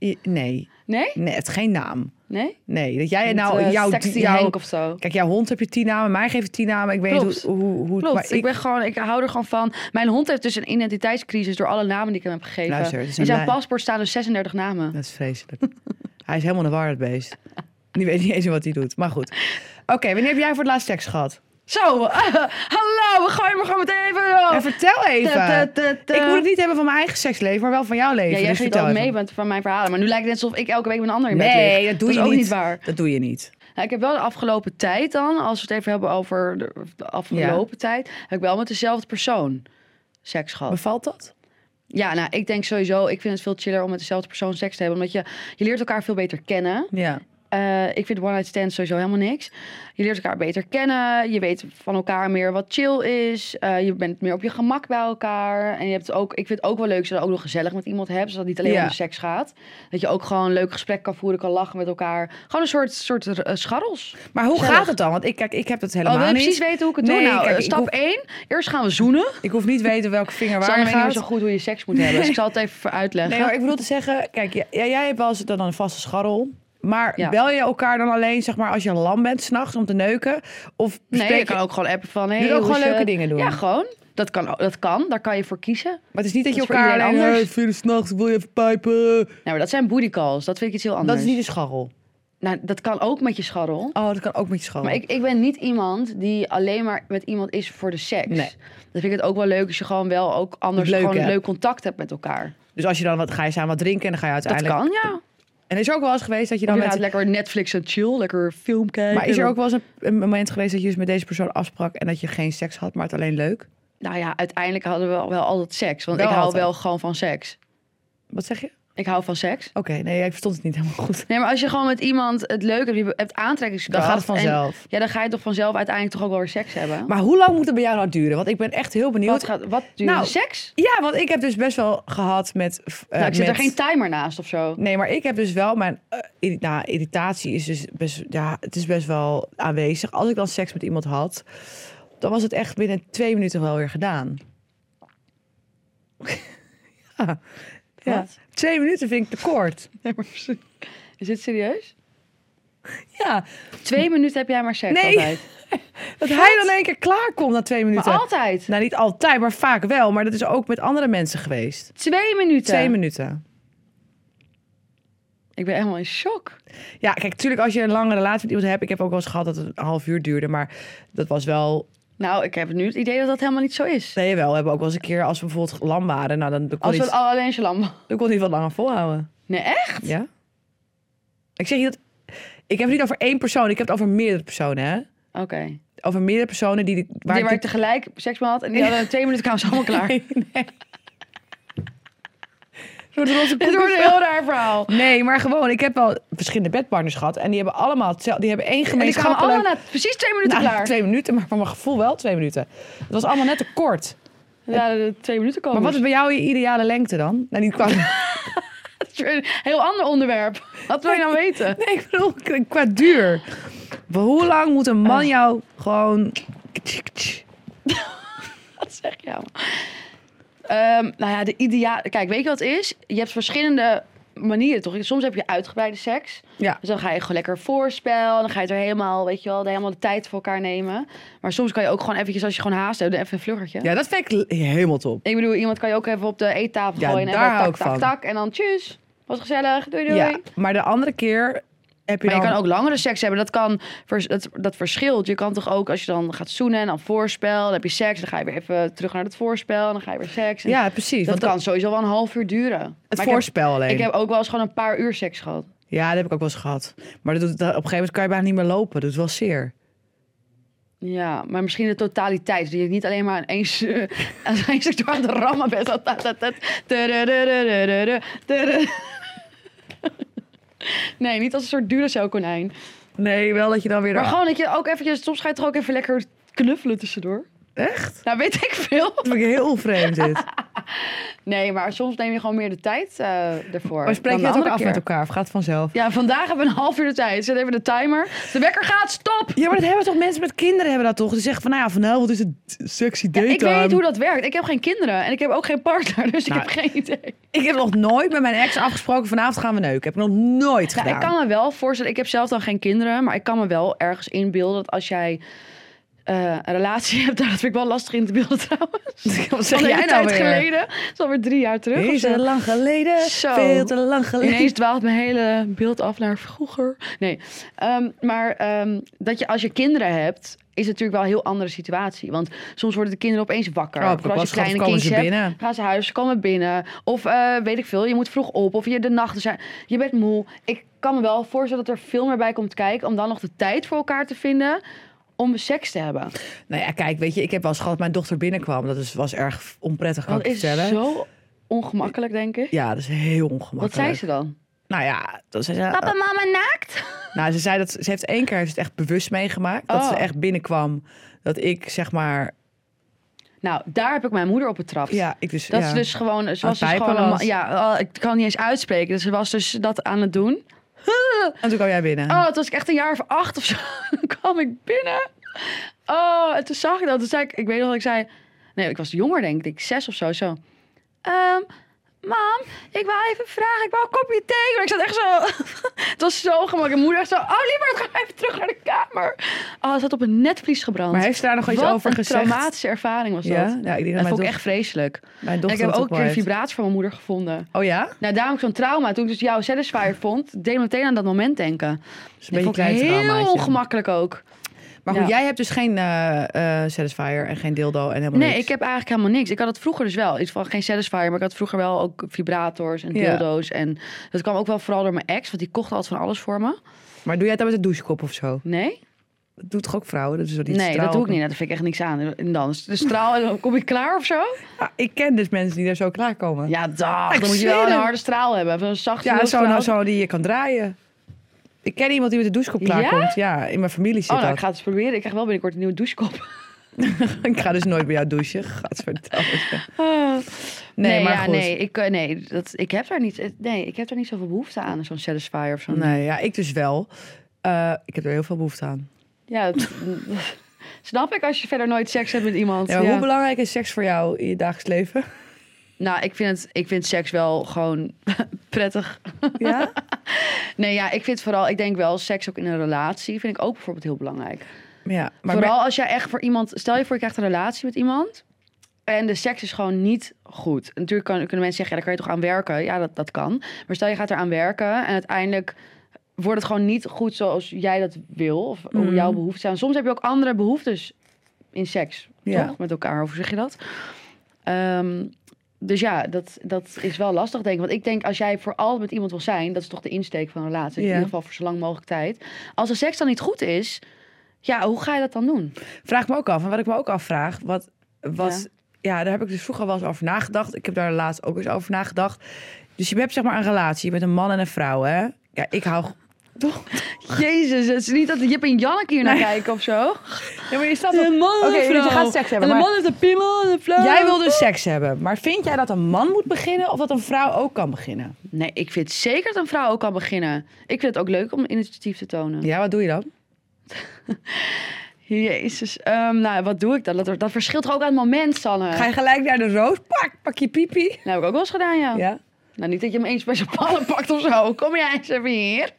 [SPEAKER 1] I- Nee.
[SPEAKER 2] Nee?
[SPEAKER 1] nee, het is geen naam.
[SPEAKER 2] Nee?
[SPEAKER 1] Nee, dat jij
[SPEAKER 2] Niet,
[SPEAKER 1] nou...
[SPEAKER 2] eh,
[SPEAKER 1] jouw,
[SPEAKER 2] sexy
[SPEAKER 1] jouw-
[SPEAKER 2] Henk of zo.
[SPEAKER 1] Kijk, jouw hond heb je tien namen, mij geeft tien namen. Ik weet
[SPEAKER 2] Klopt.
[SPEAKER 1] niet hoe, hoe, hoe
[SPEAKER 2] Klopt.
[SPEAKER 1] maar
[SPEAKER 2] ik, ben gewoon, ik hou er gewoon van. Mijn hond heeft dus een identiteitscrisis door alle namen die ik hem heb gegeven.
[SPEAKER 1] Luister, het is
[SPEAKER 2] In
[SPEAKER 1] een
[SPEAKER 2] zijn
[SPEAKER 1] lijn.
[SPEAKER 2] paspoort staan dus 36 namen.
[SPEAKER 1] Dat is vreselijk. hij is helemaal een war, dat beest. Die weet niet eens wat hij doet. Maar goed. Oké, wanneer heb jij voor het laatst seks gehad?
[SPEAKER 2] Zo, hallo, we gooien maar gewoon meteen even op.
[SPEAKER 1] En vertel even.
[SPEAKER 2] Tut, tut, tut.
[SPEAKER 1] Ik wil het niet hebben van mijn eigen seksleven, maar wel van jouw leven.
[SPEAKER 2] Ja, jij
[SPEAKER 1] dus
[SPEAKER 2] geeft
[SPEAKER 1] vertel
[SPEAKER 2] al
[SPEAKER 1] even.
[SPEAKER 2] mee want van mijn verhalen. Maar nu lijkt het net alsof ik elke week met een ander in bed lig.
[SPEAKER 1] Nee, dat doe
[SPEAKER 2] is
[SPEAKER 1] je
[SPEAKER 2] ook
[SPEAKER 1] niet.
[SPEAKER 2] niet waar.
[SPEAKER 1] Dat doe je niet.
[SPEAKER 2] Nou, ik heb wel de afgelopen tijd dan, als we het even hebben over de, de afgelopen tijd, heb ik wel met dezelfde persoon seks gehad.
[SPEAKER 1] Bevalt dat?
[SPEAKER 2] Ja, nou, ik denk sowieso, ik vind het veel chiller om met dezelfde persoon seks te hebben, omdat je, je leert elkaar veel beter kennen.
[SPEAKER 1] Ja.
[SPEAKER 2] Eh, ik vind one night stands sowieso helemaal niks. Je leert elkaar beter kennen. Je weet van elkaar meer wat chill is. eh, je bent meer op je gemak bij elkaar. En je hebt ook, ik vind het ook wel leuk als je dat ook nog gezellig met iemand hebt. Zodat het niet alleen
[SPEAKER 1] Ja.
[SPEAKER 2] om de seks gaat. Dat je ook gewoon een leuk gesprek kan voeren, kan lachen met elkaar. Gewoon een soort, soort eh, scharrels.
[SPEAKER 1] Maar hoe
[SPEAKER 2] Gezellig.
[SPEAKER 1] gaat het dan? Want ik, kijk, ik heb dat
[SPEAKER 2] Oh,
[SPEAKER 1] helemaal
[SPEAKER 2] wil je
[SPEAKER 1] niet.
[SPEAKER 2] precies weten hoe ik het doe?
[SPEAKER 1] Nee,
[SPEAKER 2] Nou,
[SPEAKER 1] kijk,
[SPEAKER 2] eh,
[SPEAKER 1] ik
[SPEAKER 2] stap
[SPEAKER 1] hoef-
[SPEAKER 2] 1. Eerst gaan we zoenen.
[SPEAKER 1] Ik hoef niet weten welke vinger
[SPEAKER 2] Sander
[SPEAKER 1] waar
[SPEAKER 2] weet niet meer
[SPEAKER 1] gaat.
[SPEAKER 2] zo goed hoe je seks moet hebben. Dus ik zal het even uitleggen.
[SPEAKER 1] Nee, maar ik bedoel te zeggen, kijk, j- jij, jij hebt wel eens dan een vaste scharrel. Maar
[SPEAKER 2] Ja.
[SPEAKER 1] bel je elkaar dan alleen, zeg maar, als je lam bent s'nachts om te neuken? Of
[SPEAKER 2] Nee,
[SPEAKER 1] bespreek
[SPEAKER 2] je kan ook gewoon appen van... Hey,
[SPEAKER 1] Je kan ook
[SPEAKER 2] hoe is
[SPEAKER 1] gewoon
[SPEAKER 2] je-
[SPEAKER 1] leuke dingen doen.
[SPEAKER 2] Ja, gewoon. Dat kan, dat kan, daar kan je voor kiezen.
[SPEAKER 1] Maar het is niet dat je
[SPEAKER 2] Dat is voor
[SPEAKER 1] elkaar
[SPEAKER 2] iedereen
[SPEAKER 1] alleen...
[SPEAKER 2] anders.
[SPEAKER 1] Hey, vier uur 's nachts wil je even pijpen?
[SPEAKER 2] Nou, maar dat zijn booty calls. Dat vind ik iets heel anders.
[SPEAKER 1] Dat is niet een scharrel.
[SPEAKER 2] Nou, dat kan ook met je scharrel.
[SPEAKER 1] Oh, dat kan ook met je scharrel.
[SPEAKER 2] Maar ik, ik ben niet iemand die alleen maar met iemand is voor de seks.
[SPEAKER 1] Nee.
[SPEAKER 2] Dan vind ik het ook wel leuk als je gewoon wel ook anders
[SPEAKER 1] Leuk,
[SPEAKER 2] gewoon
[SPEAKER 1] hè?
[SPEAKER 2] leuk contact hebt met elkaar.
[SPEAKER 1] Dus als je dan wat, ga je samen wat drinken en dan ga je
[SPEAKER 2] Dat
[SPEAKER 1] uiteindelijk...
[SPEAKER 2] kan, ja.
[SPEAKER 1] En is er ook wel eens geweest dat je
[SPEAKER 2] Dan
[SPEAKER 1] dan
[SPEAKER 2] inderdaad
[SPEAKER 1] met...
[SPEAKER 2] lekker Netflix en chill, lekker film kijken.
[SPEAKER 1] Maar is er ook wel eens een, een moment geweest dat je dus met deze persoon afsprak en dat je geen seks had, maar het alleen leuk?
[SPEAKER 2] Nou ja, uiteindelijk hadden we wel, wel altijd seks. Want
[SPEAKER 1] Wel
[SPEAKER 2] ik hou
[SPEAKER 1] altijd.
[SPEAKER 2] wel gewoon van seks.
[SPEAKER 1] Wat zeg je? Oké,
[SPEAKER 2] Ik hou van seks.
[SPEAKER 1] nee, ik verstond het niet helemaal goed.
[SPEAKER 2] Nee, maar als je gewoon met iemand het leuk hebt, je hebt aantrekkingskracht.
[SPEAKER 1] Dan gaat het
[SPEAKER 2] en-
[SPEAKER 1] vanzelf.
[SPEAKER 2] ja, dan ga je toch vanzelf uiteindelijk toch ook wel weer seks hebben.
[SPEAKER 1] Maar hoe lang moet het bij jou nou duren? Want ik ben echt heel benieuwd.
[SPEAKER 2] wat, gaat, wat duurt
[SPEAKER 1] Nou,
[SPEAKER 2] seks?
[SPEAKER 1] Ja, want ik heb dus best wel gehad met... eh,
[SPEAKER 2] Nou, ik zit
[SPEAKER 1] met-
[SPEAKER 2] er geen timer naast of zo.
[SPEAKER 1] Nee, maar ik heb dus wel mijn... eh, irri- nou, irritatie is dus best... Ja, het is best wel aanwezig. Als ik dan seks met iemand had, dan was het echt binnen twee minuten wel weer gedaan. ja. Ja.
[SPEAKER 2] Wat?
[SPEAKER 1] Twee minuten vind ik te kort.
[SPEAKER 2] Is dit serieus?
[SPEAKER 1] Ja,
[SPEAKER 2] Twee minuten heb jij maar seks
[SPEAKER 1] Nee.
[SPEAKER 2] altijd.
[SPEAKER 1] dat hij dan in één keer klaar komt na twee minuten.
[SPEAKER 2] Maar altijd.
[SPEAKER 1] Nou, niet altijd, maar vaak wel. Maar dat is ook met andere mensen geweest.
[SPEAKER 2] Twee minuten.
[SPEAKER 1] Twee minuten.
[SPEAKER 2] Ik ben helemaal in shock.
[SPEAKER 1] Ja, kijk, natuurlijk als je een lange relatie met iemand hebt... Ik heb ook wel eens gehad dat het een half uur duurde. Maar dat was wel
[SPEAKER 2] Nou, ik heb nu het idee dat dat helemaal niet zo is.
[SPEAKER 1] Nee, wel. We hebben ook wel eens een keer, als we bijvoorbeeld lam waren, nou, dan, dan, kon,
[SPEAKER 2] Als we
[SPEAKER 1] niet,
[SPEAKER 2] het al alleen lam.
[SPEAKER 1] dan kon niet wat langer volhouden.
[SPEAKER 2] Nee, echt?
[SPEAKER 1] Ja? Ik zeg je dat. Ik heb het niet over één persoon, ik heb het over meerdere personen, hè?
[SPEAKER 2] Oké.
[SPEAKER 1] Over meerdere personen die. Waar
[SPEAKER 2] Die
[SPEAKER 1] ik
[SPEAKER 2] waar ik
[SPEAKER 1] dit-
[SPEAKER 2] tegelijk seks mee had en die hadden twee minuten kwamen ze allemaal klaar.
[SPEAKER 1] Nee, nee. Zo'n roze
[SPEAKER 2] Dit wordt een
[SPEAKER 1] koekenspel.
[SPEAKER 2] heel raar verhaal.
[SPEAKER 1] Nee, maar gewoon, ik heb wel verschillende bedpartners gehad. En die hebben allemaal hetzelfde. Die hebben één
[SPEAKER 2] En die kwamen allemaal
[SPEAKER 1] gemeenschappelijk...
[SPEAKER 2] na precies twee minuten
[SPEAKER 1] Nou,
[SPEAKER 2] klaar.
[SPEAKER 1] twee minuten, maar voor mijn gevoel wel twee minuten. Het was allemaal net te kort.
[SPEAKER 2] Ja, de twee minuten komen.
[SPEAKER 1] Maar wat is bij jou je ideale lengte dan? Nou, niet qua...
[SPEAKER 2] Een heel ander onderwerp. Wat wil je nou weten?
[SPEAKER 1] Nee, ik bedoel k- qua duur. Maar Hoe lang moet een man jou gewoon...
[SPEAKER 2] Wat zeg je nou? Ehm, nou ja, de ideaal. Kijk, weet je wat het is? Je hebt verschillende manieren toch? Soms heb je uitgebreide seks.
[SPEAKER 1] Ja.
[SPEAKER 2] Dus dan ga je gewoon lekker voorspel. Dan ga je er helemaal, weet je wel, de, helemaal de tijd voor elkaar nemen. Maar soms kan je ook gewoon eventjes, als je gewoon haast hebt, even een vluggertje.
[SPEAKER 1] Ja, dat vind ik l- helemaal top.
[SPEAKER 2] Ik bedoel, iemand kan je ook even op de eettafel
[SPEAKER 1] Ja,
[SPEAKER 2] gooien. en
[SPEAKER 1] daar
[SPEAKER 2] even
[SPEAKER 1] hou
[SPEAKER 2] tak,
[SPEAKER 1] ik
[SPEAKER 2] tak,
[SPEAKER 1] van.
[SPEAKER 2] tak. En dan tjus. Was gezellig. Doei, doei.
[SPEAKER 1] Ja, maar de andere keer heb je
[SPEAKER 2] Maar je
[SPEAKER 1] dan...
[SPEAKER 2] kan ook langere seks hebben. Dat, kan, vers- dat, dat verschilt. Je kan toch ook, als je dan gaat zoenen en dan voorspel, dan heb je seks. Dan ga je weer even terug naar het voorspel. en Dan ga je weer seks. En
[SPEAKER 1] Ja, precies.
[SPEAKER 2] dat
[SPEAKER 1] want
[SPEAKER 2] kan sowieso wel een half uur duren.
[SPEAKER 1] Het
[SPEAKER 2] Maar
[SPEAKER 1] voorspel
[SPEAKER 2] Ik
[SPEAKER 1] alleen.
[SPEAKER 2] heb, ik heb ook wel eens gewoon een paar uur seks gehad.
[SPEAKER 1] Ja, dat heb ik ook wel eens gehad. Maar dat doet, dat- op een gegeven moment kan je bijna niet meer lopen. Dat doet wel zeer.
[SPEAKER 2] Ja, maar misschien de totaliteit. Die je niet alleen maar aan één se- aan één stuk door aan de rammen bent. Dat- dat- dat- dat. Tududududududu. Tudu- Nee, niet als een soort duracell konijn.
[SPEAKER 1] Nee, wel dat je dan weer...
[SPEAKER 2] Maar
[SPEAKER 1] er-
[SPEAKER 2] gewoon dat je ook eventjes... Soms ga je toch ook even lekker knuffelen tussendoor.
[SPEAKER 1] Echt?
[SPEAKER 2] Nou, weet ik veel.
[SPEAKER 1] Dat vind ik heel vreemd dit.
[SPEAKER 2] Nee, maar soms neem je gewoon meer de tijd eh ervoor.
[SPEAKER 1] Maar spreek
[SPEAKER 2] dan
[SPEAKER 1] je dat
[SPEAKER 2] de
[SPEAKER 1] ook
[SPEAKER 2] andere
[SPEAKER 1] af
[SPEAKER 2] keer.
[SPEAKER 1] met elkaar of gaat het vanzelf?
[SPEAKER 2] Ja, vandaag hebben we een half uur de tijd. Zet even de timer. De wekker gaat, stop!
[SPEAKER 1] Ja, maar dat hebben toch mensen met kinderen hebben dat toch? Die zeggen van, nou ja, vanavond is het sexy date
[SPEAKER 2] ik weet niet hoe dat werkt. Ik heb geen kinderen en ik heb ook geen partner, dus
[SPEAKER 1] Nou,
[SPEAKER 2] ik heb geen idee.
[SPEAKER 1] Ik heb nog nooit met mijn ex afgesproken, vanavond gaan we neuken. Heb ik nog nooit
[SPEAKER 2] Ja,
[SPEAKER 1] gedaan.
[SPEAKER 2] ik kan me wel voorstellen, ik heb zelf dan geen kinderen, maar ik kan me wel ergens inbeelden dat als jij eh, een relatie hebt, dat vind ik wel lastig in te beelden trouwens.
[SPEAKER 1] Wat
[SPEAKER 2] Van
[SPEAKER 1] zeg
[SPEAKER 2] een
[SPEAKER 1] jij
[SPEAKER 2] hele
[SPEAKER 1] nou
[SPEAKER 2] tijd
[SPEAKER 1] weer?
[SPEAKER 2] geleden, dat is alweer drie jaar terug. of
[SPEAKER 1] Is
[SPEAKER 2] zo.
[SPEAKER 1] er lang geleden,
[SPEAKER 2] Zo.
[SPEAKER 1] veel te lang geleden.
[SPEAKER 2] Ineens dwaalt mijn hele beeld af naar vroeger. Nee, Ehm, maar ehm, dat je als je kinderen hebt, is het natuurlijk wel een heel andere situatie. Want soms worden de kinderen opeens wakker.
[SPEAKER 1] Oh, op de
[SPEAKER 2] Vooral als je
[SPEAKER 1] basisschool
[SPEAKER 2] kleine
[SPEAKER 1] komen ze
[SPEAKER 2] kindjes hebt,
[SPEAKER 1] binnen.
[SPEAKER 2] gaan ze huis, ze komen binnen. Of eh, weet ik veel, je moet vroeg op. Of je de nachten zijn. Je bent moe. Ik kan me wel voorstellen dat er veel meer bij komt kijken om dan nog de tijd voor elkaar te vinden om seks te hebben.
[SPEAKER 1] Nou ja, kijk, weet je, ik heb wel eens gehad dat mijn dochter binnenkwam. Dat is, was erg onprettig, kan
[SPEAKER 2] Dat
[SPEAKER 1] ik je
[SPEAKER 2] is
[SPEAKER 1] vertellen.
[SPEAKER 2] zo ongemakkelijk, denk ik.
[SPEAKER 1] Ja, dat is heel ongemakkelijk.
[SPEAKER 2] Wat zei ze dan?
[SPEAKER 1] Nou ja, dat zei ze,
[SPEAKER 2] Papa, mama naakt?
[SPEAKER 1] nou, ze zei dat ze heeft één keer heeft ze het echt bewust meegemaakt. Dat
[SPEAKER 2] Oh.
[SPEAKER 1] ze echt binnenkwam. Dat ik zeg maar,
[SPEAKER 2] Nou, daar heb ik mijn moeder op betrapt.
[SPEAKER 1] ja, ik dus.
[SPEAKER 2] Dat
[SPEAKER 1] ja.
[SPEAKER 2] is dus gewoon.
[SPEAKER 1] Aan
[SPEAKER 2] Ze was
[SPEAKER 1] het
[SPEAKER 2] dus
[SPEAKER 1] pijpen
[SPEAKER 2] gewoon. een
[SPEAKER 1] was.
[SPEAKER 2] ma- ja, oh, ik kan het niet eens uitspreken. Dus ze was dus dat aan het doen.
[SPEAKER 1] En toen kwam jij binnen.
[SPEAKER 2] Oh, toen was ik echt een jaar of acht of zo. Dan kwam ik binnen. Oh, en toen zag ik dat. Toen zei ik, ik weet nog dat ik zei. Nee, ik was jonger, denk ik, zes of zo. Zo. Ehm, mam, ik wou even vragen. Ik wou een kopje thee. Maar ik zat echt zo. het was zo gemakkelijk. En moeder echt zo. Oh, liever, ga even terug naar de kamer. Oh, het zat op een netvlies gebrand.
[SPEAKER 1] Maar heeft ze daar nog iets
[SPEAKER 2] Wat
[SPEAKER 1] over
[SPEAKER 2] een
[SPEAKER 1] gezegd?
[SPEAKER 2] traumatische ervaring was dat.
[SPEAKER 1] Ja, ja, ik denk dat
[SPEAKER 2] dat
[SPEAKER 1] mijn,
[SPEAKER 2] vond ik
[SPEAKER 1] doch-
[SPEAKER 2] echt vreselijk.
[SPEAKER 1] mijn
[SPEAKER 2] En
[SPEAKER 1] dochter
[SPEAKER 2] ik heb
[SPEAKER 1] dat wel
[SPEAKER 2] ook een keer een
[SPEAKER 1] heeft.
[SPEAKER 2] vibraat van mijn moeder gevonden.
[SPEAKER 1] Oh ja?
[SPEAKER 2] Nou, daarom heb ik zo'n trauma. Toen ik dus jouw satisfier vond, deed me meteen aan dat moment denken.
[SPEAKER 1] Dat is een beetje
[SPEAKER 2] Dat vond ik
[SPEAKER 1] een klein
[SPEAKER 2] heel
[SPEAKER 1] traumaatje.
[SPEAKER 2] ongemakkelijk ook.
[SPEAKER 1] Maar goed,
[SPEAKER 2] Ja.
[SPEAKER 1] jij hebt dus geen eh, eh, Satisfier en geen dildo en helemaal
[SPEAKER 2] Nee,
[SPEAKER 1] niks.
[SPEAKER 2] ik heb eigenlijk helemaal niks. Ik had het vroeger dus wel. In ieder geval geen satisfier, maar ik had vroeger wel ook vibrators en
[SPEAKER 1] Ja.
[SPEAKER 2] dildo's. En dat kwam ook wel vooral door mijn ex, want die kocht altijd van alles voor me.
[SPEAKER 1] Maar doe jij het dan met een douchekop of zo?
[SPEAKER 2] Nee?
[SPEAKER 1] Dat doet toch ook vrouwen? Dat is wel die
[SPEAKER 2] Nee,
[SPEAKER 1] straal
[SPEAKER 2] dat doe ik
[SPEAKER 1] op-
[SPEAKER 2] niet. Nou, Daar vind ik echt niks aan. En dan is de straal en dan kom ik klaar of zo?
[SPEAKER 1] Ah, ik ken dus mensen die daar zo klaarkomen.
[SPEAKER 2] Ja, dag.
[SPEAKER 1] Ik
[SPEAKER 2] Dan moet je
[SPEAKER 1] zweer
[SPEAKER 2] wel een
[SPEAKER 1] het.
[SPEAKER 2] harde straal hebben. Of een zachte
[SPEAKER 1] Ja, zo,
[SPEAKER 2] straal. Oh,
[SPEAKER 1] nou, zo die je kan draaien. Ik ken iemand die met de douchekop
[SPEAKER 2] Ja?
[SPEAKER 1] klaarkomt. Ja, in mijn familie zit
[SPEAKER 2] Oh, nou,
[SPEAKER 1] dat.
[SPEAKER 2] ik ga het eens proberen. Ik krijg wel binnenkort een nieuwe douchekop.
[SPEAKER 1] ik ga dus nooit bij jou douchen. Gadverdamme.
[SPEAKER 2] Nee,
[SPEAKER 1] Nee, maar
[SPEAKER 2] ja,
[SPEAKER 1] goed.
[SPEAKER 2] nee, ik, eh, nee, dat, ik heb daar niet, eh, nee, ik heb daar niet zoveel behoefte aan, zo'n satisfier of zo'n...
[SPEAKER 1] Nee, ja, ik dus wel. Eh, ik heb er heel veel behoefte aan.
[SPEAKER 2] Ja, dat- snap ik als je verder nooit seks hebt met iemand.
[SPEAKER 1] Ja, maar
[SPEAKER 2] ja.
[SPEAKER 1] Hoe belangrijk is seks voor jou in je dagelijks leven?
[SPEAKER 2] Nou, ik vind, het, ik vind seks wel gewoon prettig.
[SPEAKER 1] ja?
[SPEAKER 2] Nee, ja, ik vind vooral, ik denk wel, seks ook in een relatie vind ik ook bijvoorbeeld heel belangrijk.
[SPEAKER 1] ja, maar
[SPEAKER 2] vooral als jij echt voor iemand, stel je voor je krijgt een relatie met iemand en de seks is gewoon niet goed. En Natuurlijk kan, kunnen mensen zeggen, ja, daar kan je toch aan werken. Ja, dat, dat kan. Maar stel je gaat eraan werken en uiteindelijk wordt het gewoon niet goed zoals jij dat wil of hoe
[SPEAKER 1] Mm.
[SPEAKER 2] jouw behoeften zijn. Soms heb je ook andere behoeftes in seks,
[SPEAKER 1] Ja.
[SPEAKER 2] toch? Met elkaar, of hoe zeg je dat? Ehm, dus ja, dat, dat is wel lastig denk ik. Want ik denk als jij voor altijd met iemand wil zijn, dat is toch de insteek van een relatie. In
[SPEAKER 1] Ja.
[SPEAKER 2] ieder geval voor zo lang mogelijk tijd. Als de seks dan niet goed is, ja, hoe ga je dat dan doen?
[SPEAKER 1] vraag me ook af. En wat ik me ook afvraag, wat was. Ja. daar heb ik dus vroeger wel eens over nagedacht. Ik heb daar laatst ook eens over nagedacht. Dus je hebt zeg maar een relatie met een man en een vrouw, hè? Ja, ik hou... Toch?
[SPEAKER 2] Jezus, het is niet dat Jip en Janneke hier naar kijken of zo.
[SPEAKER 1] Ja, maar je snapt toch- Oké, dus je gaat seks hebben, maar
[SPEAKER 2] heeft een piemel en een vrouw.
[SPEAKER 1] jij wil dus seks hebben. Maar vind jij dat een man moet beginnen of dat een vrouw ook kan beginnen?
[SPEAKER 2] Nee, ik vind zeker dat een vrouw ook kan beginnen. Ik vind het ook leuk om initiatief te tonen.
[SPEAKER 1] Ja, wat doe je dan?
[SPEAKER 2] Jezus. ehm, nou, wat doe ik dan? Dat, dat verschilt toch ook aan het moment, Sanne.
[SPEAKER 1] Ga je gelijk naar de roos? Pak, pak je pipi.
[SPEAKER 2] Dat heb ik ook wel eens gedaan, ja.
[SPEAKER 1] Ja.
[SPEAKER 2] Nou, niet dat je hem eens bij zijn ballen pakt of zo. Kom jij eens even hier.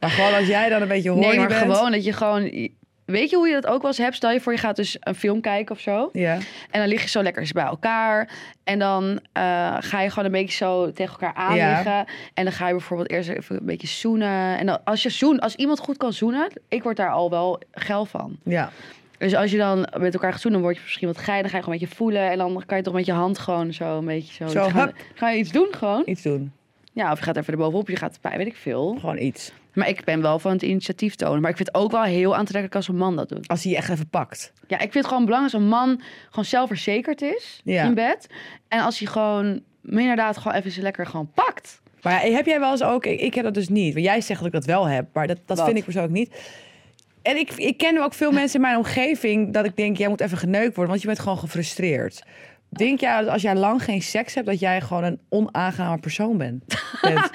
[SPEAKER 1] Maar gewoon als jij dan een beetje horny
[SPEAKER 2] Nee, maar
[SPEAKER 1] bent.
[SPEAKER 2] gewoon dat je gewoon... Weet je hoe je dat ook wel eens hebt? Stel je voor, je gaat dus een film kijken of zo.
[SPEAKER 1] Ja.
[SPEAKER 2] En dan lig je zo lekker eens bij elkaar. En dan eh, ga je gewoon een beetje zo tegen elkaar aan
[SPEAKER 1] Ja.
[SPEAKER 2] liggen. En dan ga je bijvoorbeeld eerst even een beetje zoenen. En dan, als je zoen, als iemand goed kan zoenen, ik word daar al wel geil van.
[SPEAKER 1] Ja.
[SPEAKER 2] Dus als je dan met elkaar gaat zoenen, dan word je misschien wat geil. Dan ga je gewoon een beetje voelen. En dan kan je toch met je hand gewoon zo een beetje zo.
[SPEAKER 1] Zo,
[SPEAKER 2] iets gaan-
[SPEAKER 1] hup.
[SPEAKER 2] ga je iets doen gewoon?
[SPEAKER 1] Iets doen.
[SPEAKER 2] Ja, of je gaat even erbovenop, je gaat bij, weet ik veel.
[SPEAKER 1] Gewoon iets.
[SPEAKER 2] Maar ik ben wel van het initiatief tonen. Maar ik vind het ook wel heel aantrekkelijk als een man dat doet.
[SPEAKER 1] Als hij je echt even pakt.
[SPEAKER 2] Ja, ik vind het gewoon belangrijk als een man gewoon zelfverzekerd is
[SPEAKER 1] Ja.
[SPEAKER 2] in bed. En als hij gewoon me inderdaad gewoon even zo lekker gewoon pakt.
[SPEAKER 1] Maar heb jij wel eens ook... Ik, ik heb dat dus niet. Want jij zegt dat ik dat wel heb. Maar dat, dat
[SPEAKER 2] Wat?
[SPEAKER 1] vind ik persoonlijk niet. En ik, ik ken ook veel mensen in mijn omgeving... dat ik denk, jij moet even geneukt worden. Want je bent gewoon gefrustreerd. Denk jij dat als jij lang geen seks hebt... dat jij gewoon een onaangename persoon bent? Bent.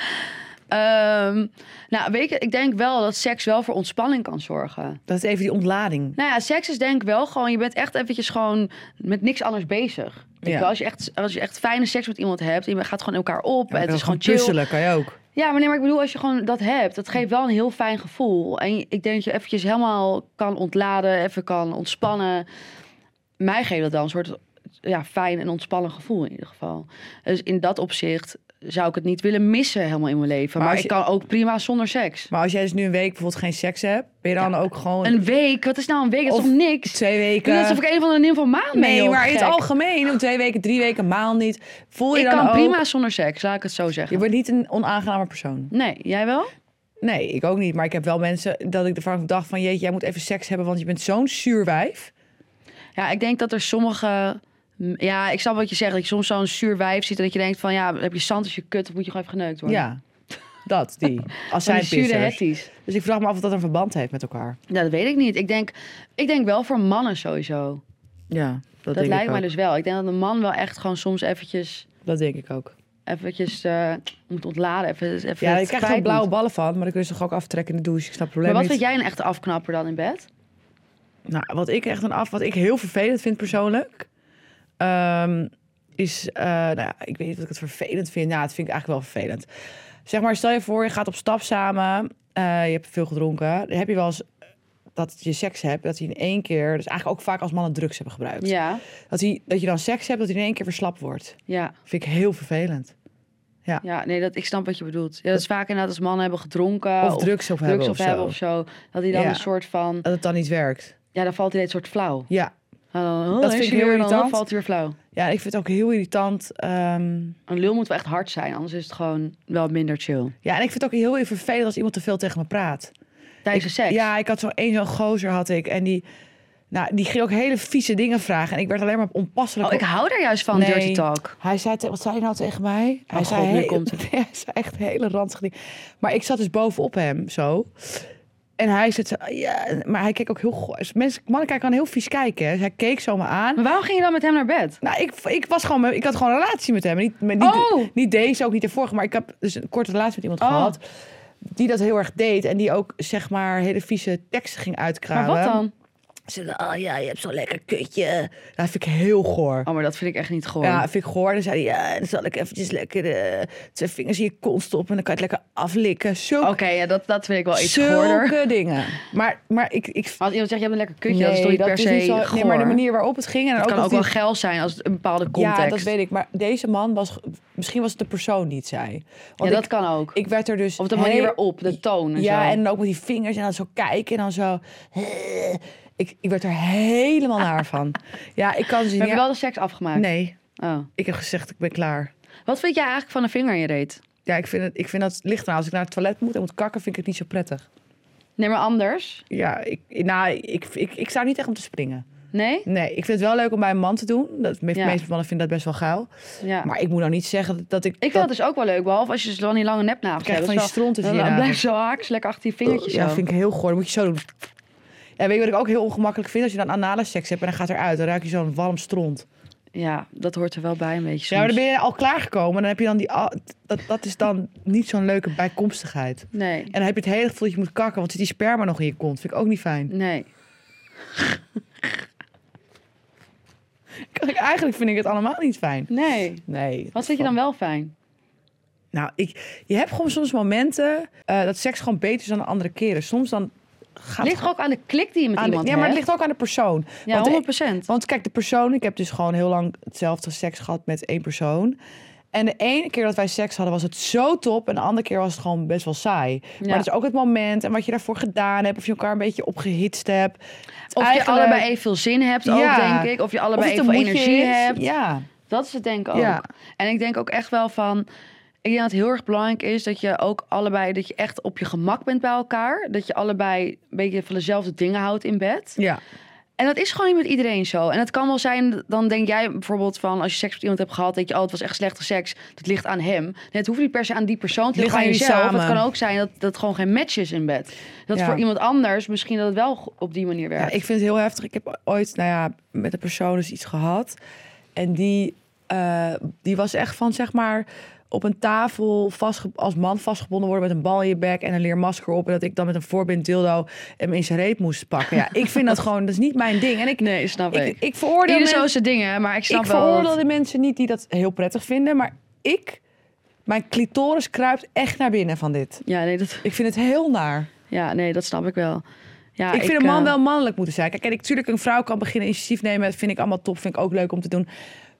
[SPEAKER 2] Ehm, nou, weet je, ik denk wel dat seks wel voor ontspanning kan zorgen.
[SPEAKER 1] dat is even die ontlading.
[SPEAKER 2] Nou ja, seks is denk ik wel gewoon, je bent echt eventjes gewoon met niks anders bezig. Weet je
[SPEAKER 1] Ja.
[SPEAKER 2] wel, Als, je echt, als je echt fijne seks met iemand hebt, en je gaat gewoon in elkaar op. en het is gewoon chill.
[SPEAKER 1] puzzelen, kan je ook.
[SPEAKER 2] Ja, maar nee, maar ik bedoel, als je gewoon dat hebt, dat geeft wel een heel fijn gevoel. En ik denk dat je eventjes helemaal kan ontladen, even kan ontspannen. Mij geeft dat dan een soort ja, fijn en ontspannen gevoel in ieder geval. Dus in dat opzicht zou ik het niet willen missen helemaal in mijn leven.
[SPEAKER 1] Maar
[SPEAKER 2] Maar,
[SPEAKER 1] als
[SPEAKER 2] ik kan ook prima zonder seks.
[SPEAKER 1] Maar als jij dus nu een week bijvoorbeeld geen seks hebt... ben je dan ook gewoon
[SPEAKER 2] Een week, wat is nou een week? Dat is
[SPEAKER 1] Of
[SPEAKER 2] toch niks?
[SPEAKER 1] twee
[SPEAKER 2] Ik doe
[SPEAKER 1] weken...
[SPEAKER 2] alsof ik een van de nieuwe van maan ben.
[SPEAKER 1] Nee,
[SPEAKER 2] joh,
[SPEAKER 1] maar in het
[SPEAKER 2] gek.
[SPEAKER 1] algemeen, om twee weken, drie weken, een maand niet. Voel je
[SPEAKER 2] Ik
[SPEAKER 1] dan
[SPEAKER 2] kan
[SPEAKER 1] ook-
[SPEAKER 2] prima zonder seks, laat ik het zo
[SPEAKER 1] Je
[SPEAKER 2] zeggen.
[SPEAKER 1] wordt niet een onaangename persoon.
[SPEAKER 2] Nee, jij wel?
[SPEAKER 1] Nee, ik ook niet. Maar ik heb wel mensen dat ik ervan dacht van... jeetje, jij moet even seks hebben, want je bent zo'n zuur wijf.
[SPEAKER 2] Ja, ik denk dat er sommige. m, Ja, ik snap wat je zegt. Dat je soms zo'n zuur wijf ziet. En dat je denkt van ja, heb je zand als je kut. Of moet je gewoon even geneukt worden.
[SPEAKER 1] Ja, dat, die. Als
[SPEAKER 2] Van
[SPEAKER 1] zij
[SPEAKER 2] die zure
[SPEAKER 1] pissers.
[SPEAKER 2] hetties.
[SPEAKER 1] Dus ik vraag me af of dat een verband heeft met elkaar.
[SPEAKER 2] Ja, dat weet ik niet. Ik denk, ik denk wel voor mannen sowieso. Dat,
[SPEAKER 1] Ja, dat, denk
[SPEAKER 2] lijkt
[SPEAKER 1] ik
[SPEAKER 2] mij
[SPEAKER 1] ook.
[SPEAKER 2] dus wel. Ik denk dat een man wel echt gewoon soms eventjes,
[SPEAKER 1] Dat denk ik ook.
[SPEAKER 2] eventjes eh, moet ontladen. Even, even
[SPEAKER 1] Ja,
[SPEAKER 2] het
[SPEAKER 1] ik krijg
[SPEAKER 2] kwijt
[SPEAKER 1] er
[SPEAKER 2] moet.
[SPEAKER 1] blauwe ballen van, maar dan kun je ze toch ook aftrekken in de douche. Ik snap het
[SPEAKER 2] Maar
[SPEAKER 1] probleem
[SPEAKER 2] wat
[SPEAKER 1] niet.
[SPEAKER 2] vind jij een echte afknapper dan in bed?
[SPEAKER 1] Nou, wat ik echt een af, wat ik heel vervelend vind persoonlijk, ehm, is, eh, nou ja, ik weet niet of ik het vervelend vind. Ja, het vind ik eigenlijk wel vervelend. Zeg maar, stel je voor, je gaat op stap samen, eh, je hebt veel gedronken, dan heb je wel eens eh, dat je seks hebt, dat hij in één keer, dus eigenlijk ook vaak als mannen drugs hebben gebruikt,
[SPEAKER 2] Ja,
[SPEAKER 1] dat, hij, dat je dan seks hebt, dat hij in één keer verslapt wordt.
[SPEAKER 2] ja,
[SPEAKER 1] Vind ik heel vervelend.
[SPEAKER 2] ja. Nee, dat, ik snap wat je bedoelt. Ja, dat is vaak inderdaad als mannen hebben gedronken.
[SPEAKER 1] of drugs op hebben of
[SPEAKER 2] of
[SPEAKER 1] zo.
[SPEAKER 2] hebben of zo. Dat hij dan
[SPEAKER 1] Ja.
[SPEAKER 2] een soort van...
[SPEAKER 1] Dat het dan niet werkt.
[SPEAKER 2] Ja, dan valt hij een soort flauw.
[SPEAKER 1] Ja.
[SPEAKER 2] Hallo,
[SPEAKER 1] Dat
[SPEAKER 2] is
[SPEAKER 1] vind
[SPEAKER 2] hij
[SPEAKER 1] ik heel
[SPEAKER 2] weer, Nou, dan
[SPEAKER 1] irritant.
[SPEAKER 2] valt hij weer flauw.
[SPEAKER 1] ja, ik vind het ook heel irritant. ehm,
[SPEAKER 2] Een lul moet wel echt hard zijn, anders is het gewoon wel minder chill.
[SPEAKER 1] ja, en ik vind het ook heel vervelend als iemand te veel tegen me praat.
[SPEAKER 2] Tijdens
[SPEAKER 1] Ik-
[SPEAKER 2] de seks.
[SPEAKER 1] Ja, ik had zo'n één zo'n gozer had ik. En die, nou, die ging ook hele vieze dingen vragen. En ik werd alleen maar onpasselijk.
[SPEAKER 2] Oh, ik hou daar juist van,
[SPEAKER 1] Nee.
[SPEAKER 2] dirty talk.
[SPEAKER 1] Hij zei, te- wat zei hij nou tegen mij? Hij
[SPEAKER 2] Oh,
[SPEAKER 1] zei,
[SPEAKER 2] God, nu
[SPEAKER 1] he-
[SPEAKER 2] komt het.
[SPEAKER 1] hij zei echt hele ranzige dingen. Maar ik zat dus bovenop hem, zo. En hij zit zo, ja, maar hij keek ook heel... go- Mensen, mannen kijken kan heel vies kijken, hè. Dus hij keek zo me aan.
[SPEAKER 2] Maar waarom ging je dan met hem naar bed?
[SPEAKER 1] Nou, ik, ik, was gewoon, ik had gewoon een relatie met hem. Niet, met, niet,
[SPEAKER 2] Oh!
[SPEAKER 1] niet deze, ook niet de vorige. Maar ik heb dus een korte relatie met iemand
[SPEAKER 2] Oh.
[SPEAKER 1] gehad... die dat heel erg deed. En die ook, zeg maar, hele vieze teksten ging
[SPEAKER 2] Maar
[SPEAKER 1] uitkramen.
[SPEAKER 2] wat dan?
[SPEAKER 1] Ze zei, oh ja, je hebt zo'n lekker kutje. Dat vind ik heel goor.
[SPEAKER 2] Oh, maar dat vind ik echt niet goor.
[SPEAKER 1] Ja, dat vind ik goor. Dan zei hij, ja, dan zal ik eventjes lekker eh, twee vingers in je kont stoppen... en dan kan je het lekker aflikken. Zulke,
[SPEAKER 2] Oké, ja, dat, dat vind ik wel Oh, iets goorder.
[SPEAKER 1] zulke dingen. Maar, maar ik... ik
[SPEAKER 2] Als iemand zegt, je hebt een lekker kutje, dat is toch
[SPEAKER 1] Nee,
[SPEAKER 2] niet per se
[SPEAKER 1] niet zo-
[SPEAKER 2] goor.
[SPEAKER 1] Nee, maar de manier waarop het ging... En
[SPEAKER 2] Het
[SPEAKER 1] ook
[SPEAKER 2] kan ook
[SPEAKER 1] dat hij-
[SPEAKER 2] wel geil zijn als het een bepaalde context.
[SPEAKER 1] Ja, dat weet ik. Maar deze man was... Misschien was het de persoon die het zei. Want
[SPEAKER 2] Ja, dat
[SPEAKER 1] ik,
[SPEAKER 2] kan ook.
[SPEAKER 1] ik werd er dus...
[SPEAKER 2] Of de manier
[SPEAKER 1] heel-
[SPEAKER 2] waarop, de toon en
[SPEAKER 1] Ja,
[SPEAKER 2] zo.
[SPEAKER 1] en ook met die vingers en dan zo kijken en dan zo... Ik, ik werd er helemaal naar van. Ja, ik kan ze
[SPEAKER 2] Heb
[SPEAKER 1] niet...
[SPEAKER 2] je wel de seks afgemaakt?
[SPEAKER 1] Nee,
[SPEAKER 2] Oh.
[SPEAKER 1] ik heb gezegd ik ben klaar.
[SPEAKER 2] Wat vind jij eigenlijk van een vinger in je reet?
[SPEAKER 1] Ja, ik vind, het, ik vind dat het ligt eraan. Als ik naar het toilet moet en moet kakken, vind ik het niet zo prettig.
[SPEAKER 2] Nee, maar anders?
[SPEAKER 1] Ja, ik, nou, ik, ik, ik sta niet echt om te springen.
[SPEAKER 2] Nee?
[SPEAKER 1] Nee, ik vind het wel leuk om bij een man te doen. Dat, de
[SPEAKER 2] Ja.
[SPEAKER 1] meeste mannen vinden dat best wel gauw.
[SPEAKER 2] Ja.
[SPEAKER 1] Maar ik moet nou niet zeggen dat, dat ik...
[SPEAKER 2] ik vind dat dus ook wel leuk, behalve als je dus wel niet lange nepnagels
[SPEAKER 1] krijg
[SPEAKER 2] hebt.
[SPEAKER 1] van
[SPEAKER 2] Dat
[SPEAKER 1] je
[SPEAKER 2] is wel-
[SPEAKER 1] stront tussen je
[SPEAKER 2] Dan
[SPEAKER 1] nagels.
[SPEAKER 2] blijft zo haaks lekker achter je vingertjes
[SPEAKER 1] Ja,
[SPEAKER 2] zo.
[SPEAKER 1] vind ik heel goor. Dan moet je zo doen. Ja, weet je wat ik ook heel ongemakkelijk vind? Als je dan anale seks hebt en dan gaat eruit. Dan ruik je zo'n warm stront.
[SPEAKER 2] Ja, dat hoort er wel bij een beetje
[SPEAKER 1] Ja, maar dan
[SPEAKER 2] soms.
[SPEAKER 1] ben je al klaargekomen. Dan heb je dan die... al- Dat, dat is dan niet zo'n leuke bijkomstigheid.
[SPEAKER 2] Nee,
[SPEAKER 1] En dan heb je het hele gevoel dat je moet kakken. Want zit die sperma nog in je kont. Vind ik ook niet fijn.
[SPEAKER 2] nee.
[SPEAKER 1] Eigenlijk vind ik het allemaal niet fijn.
[SPEAKER 2] Nee.
[SPEAKER 1] Nee.
[SPEAKER 2] Wat vind je dan wel fijn?
[SPEAKER 1] Nou, ik, je hebt gewoon soms momenten eh, dat seks gewoon beter is dan de andere keren. Soms dan gaat
[SPEAKER 2] Ligt
[SPEAKER 1] het
[SPEAKER 2] er ook aan de klik die je met
[SPEAKER 1] aan de-
[SPEAKER 2] iemand
[SPEAKER 1] Ja, maar het
[SPEAKER 2] hebt?
[SPEAKER 1] ligt ook aan de persoon.
[SPEAKER 2] Ja,
[SPEAKER 1] want-
[SPEAKER 2] 100 procent.
[SPEAKER 1] Want kijk, de persoon, ik heb dus gewoon heel lang hetzelfde seks gehad met één persoon. En de ene keer dat wij seks hadden was het zo top. En de andere keer was het gewoon best wel saai. Maar
[SPEAKER 2] Ja.
[SPEAKER 1] het is ook het moment en wat je daarvoor gedaan hebt. Of je elkaar een beetje opgehitst hebt.
[SPEAKER 2] Of je
[SPEAKER 1] Eigenlijk- eh,
[SPEAKER 2] allebei even veel zin hebt ook,
[SPEAKER 1] Ja.
[SPEAKER 2] denk ik. Of je
[SPEAKER 1] of
[SPEAKER 2] allebei
[SPEAKER 1] het
[SPEAKER 2] even
[SPEAKER 1] een
[SPEAKER 2] veel
[SPEAKER 1] moedje
[SPEAKER 2] energie
[SPEAKER 1] is.
[SPEAKER 2] hebt.
[SPEAKER 1] Ja.
[SPEAKER 2] Dat is het denk ik ook.
[SPEAKER 1] Ja.
[SPEAKER 2] En ik denk ook echt wel van... Ik denk dat het heel erg belangrijk is dat je ook allebei... dat je echt op je gemak bent bij elkaar. Dat je allebei een beetje van dezelfde dingen houdt in bed.
[SPEAKER 1] ja.
[SPEAKER 2] En dat is gewoon niet met iedereen zo. En het kan wel zijn, dan denk jij bijvoorbeeld van... als je seks met iemand hebt gehad, denk je... oh, het was echt slechte seks. Dat ligt aan hem. Nee, het hoeft niet per se aan die persoon
[SPEAKER 1] Ligt
[SPEAKER 2] te liggen aan
[SPEAKER 1] aan jullie
[SPEAKER 2] jezelf.
[SPEAKER 1] samen.
[SPEAKER 2] Het kan ook zijn dat dat gewoon geen match is in bed. Dat
[SPEAKER 1] Ja.
[SPEAKER 2] voor iemand anders misschien dat het wel go- op die manier werkt.
[SPEAKER 1] Ja, ik vind het heel heftig. Ik heb ooit, nou ja, met een persoon dus iets gehad. En die, eh, die was echt van, zeg maar, op een tafel vastge- als man vastgebonden worden met een bal in je bek en een leermasker op. En dat ik dan met een voorbind dildo hem in zijn reet moest pakken. Ja, ik vind dat gewoon, dat is niet mijn ding. En ik,
[SPEAKER 2] Nee, snap ik.
[SPEAKER 1] ik, ik veroordeel,
[SPEAKER 2] Ieder zo
[SPEAKER 1] men-
[SPEAKER 2] zijn dingen, maar ik snap
[SPEAKER 1] ik
[SPEAKER 2] wel...
[SPEAKER 1] veroordeel
[SPEAKER 2] dat-
[SPEAKER 1] de mensen niet die dat heel prettig vinden. Maar ik, mijn clitoris kruipt echt naar binnen van dit.
[SPEAKER 2] Ja, nee, dat...
[SPEAKER 1] Ik vind het heel naar.
[SPEAKER 2] Ja, nee, dat snap ik wel. Ja,
[SPEAKER 1] ik vind een man
[SPEAKER 2] eh,
[SPEAKER 1] wel mannelijk moeten zijn. Kijk, en ik, tuurlijk, een vrouw kan beginnen initiatief nemen. Dat vind ik allemaal top. Vind ik ook leuk om te doen.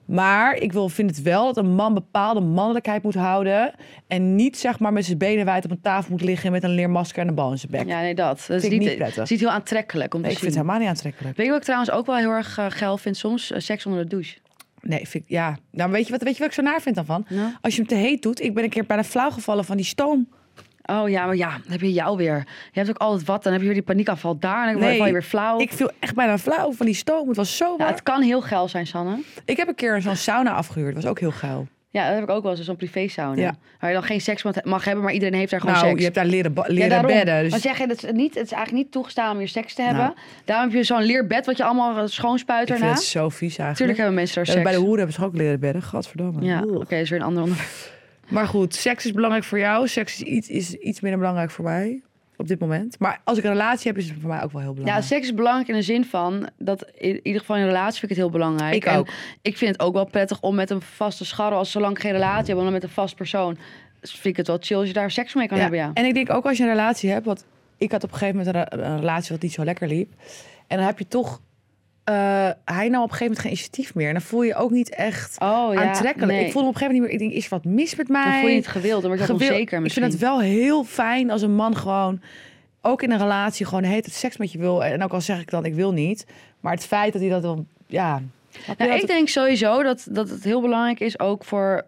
[SPEAKER 1] Maar ik wil, vind het wel dat een man bepaalde mannelijkheid moet houden. En niet zeg maar met zijn benen wijd op een tafel moet liggen met een leermasker en een bal in zijn bek.
[SPEAKER 2] Ja, nee, dat. Dat is
[SPEAKER 1] ik
[SPEAKER 2] niet,
[SPEAKER 1] niet prettig.
[SPEAKER 2] het is niet heel aantrekkelijk om te
[SPEAKER 1] nee, ik vind
[SPEAKER 2] zien.
[SPEAKER 1] het helemaal niet aantrekkelijk.
[SPEAKER 2] Weet je wat ik trouwens ook wel heel erg eh, geil vind soms? Eh, seks onder de douche.
[SPEAKER 1] Nee, vind ik, ja. Nou, weet je, wat, weet je wat ik zo naar vind dan van?
[SPEAKER 2] Nou?
[SPEAKER 1] Als je hem te heet doet. Ik ben een keer bijna flauw gevallen van die stoom.
[SPEAKER 2] Oh ja, maar ja, dan heb je jou weer. Je hebt ook altijd wat, dan heb je weer die paniekaanval daar en dan
[SPEAKER 1] Nee,
[SPEAKER 2] val je weer flauw.
[SPEAKER 1] Ik viel echt bijna flauw van die stoom. Het was zo
[SPEAKER 2] Ja,
[SPEAKER 1] warm.
[SPEAKER 2] het kan heel geil zijn, Sanne.
[SPEAKER 1] Ik heb een keer zo'n sauna afgehuurd. Dat was ook heel geil.
[SPEAKER 2] Ja, dat heb ik ook wel eens, zo'n privé sauna.
[SPEAKER 1] Ja.
[SPEAKER 2] Waar je dan geen seks met- mag hebben, maar iedereen heeft daar gewoon
[SPEAKER 1] Nou,
[SPEAKER 2] seks.
[SPEAKER 1] je hebt daar leren, ba- leren
[SPEAKER 2] ja, daarom.
[SPEAKER 1] bedden.
[SPEAKER 2] Want
[SPEAKER 1] Dus
[SPEAKER 2] zeg je, dat is niet, het is eigenlijk niet toegestaan om je seks te
[SPEAKER 1] Nou.
[SPEAKER 2] hebben. Daarom heb je zo'n leerbed wat je allemaal eh, schoonspuit
[SPEAKER 1] ik vind
[SPEAKER 2] erna.
[SPEAKER 1] het zo vies eigenlijk.
[SPEAKER 2] Natuurlijk hebben mensen daar
[SPEAKER 1] Ja,
[SPEAKER 2] seks.
[SPEAKER 1] bij de hoeren hebben ze ook leren bedden. Gadverdamme.
[SPEAKER 2] ja,
[SPEAKER 1] Oeh.
[SPEAKER 2] oké, is weer een ander onderwerp.
[SPEAKER 1] Maar goed, seks is belangrijk voor jou. Seks is iets, is iets minder belangrijk voor mij. Op dit moment. Maar als ik een relatie heb, is het voor mij ook wel heel
[SPEAKER 2] Ja,
[SPEAKER 1] belangrijk.
[SPEAKER 2] seks is belangrijk in de zin van dat in ieder geval in een relatie vind ik het heel belangrijk.
[SPEAKER 1] Ik
[SPEAKER 2] En
[SPEAKER 1] ook.
[SPEAKER 2] ik vind het ook wel prettig om met een vaste scharrel, als zolang ik geen relatie heb, maar dan met een vast persoon, vind ik het wel chill als je daar seks mee kan hebben. Ja.
[SPEAKER 1] En ik denk ook als je een relatie hebt. Want ik had op een gegeven moment een, re- een relatie wat niet zo lekker liep. En dan heb je toch... eh, hij nam op een gegeven moment geen initiatief meer. En dan voel je je ook niet echt
[SPEAKER 2] Oh ja.
[SPEAKER 1] aantrekkelijk.
[SPEAKER 2] nee.
[SPEAKER 1] Ik voelde me op een gegeven moment niet meer... Ik denk, is er wat mis met mij?
[SPEAKER 2] dan voel je het gewilde, dan word je ook
[SPEAKER 1] Gewil-
[SPEAKER 2] onzeker
[SPEAKER 1] Ik
[SPEAKER 2] misschien.
[SPEAKER 1] vind het wel heel fijn als een man gewoon, ook in een relatie, gewoon heet het seks met je wil. En ook al zeg ik dan, ik wil niet. Maar het feit dat hij dat dan, ja. snap je
[SPEAKER 2] Nou,
[SPEAKER 1] dat
[SPEAKER 2] ik
[SPEAKER 1] het-
[SPEAKER 2] denk sowieso dat, dat het heel belangrijk is ook voor,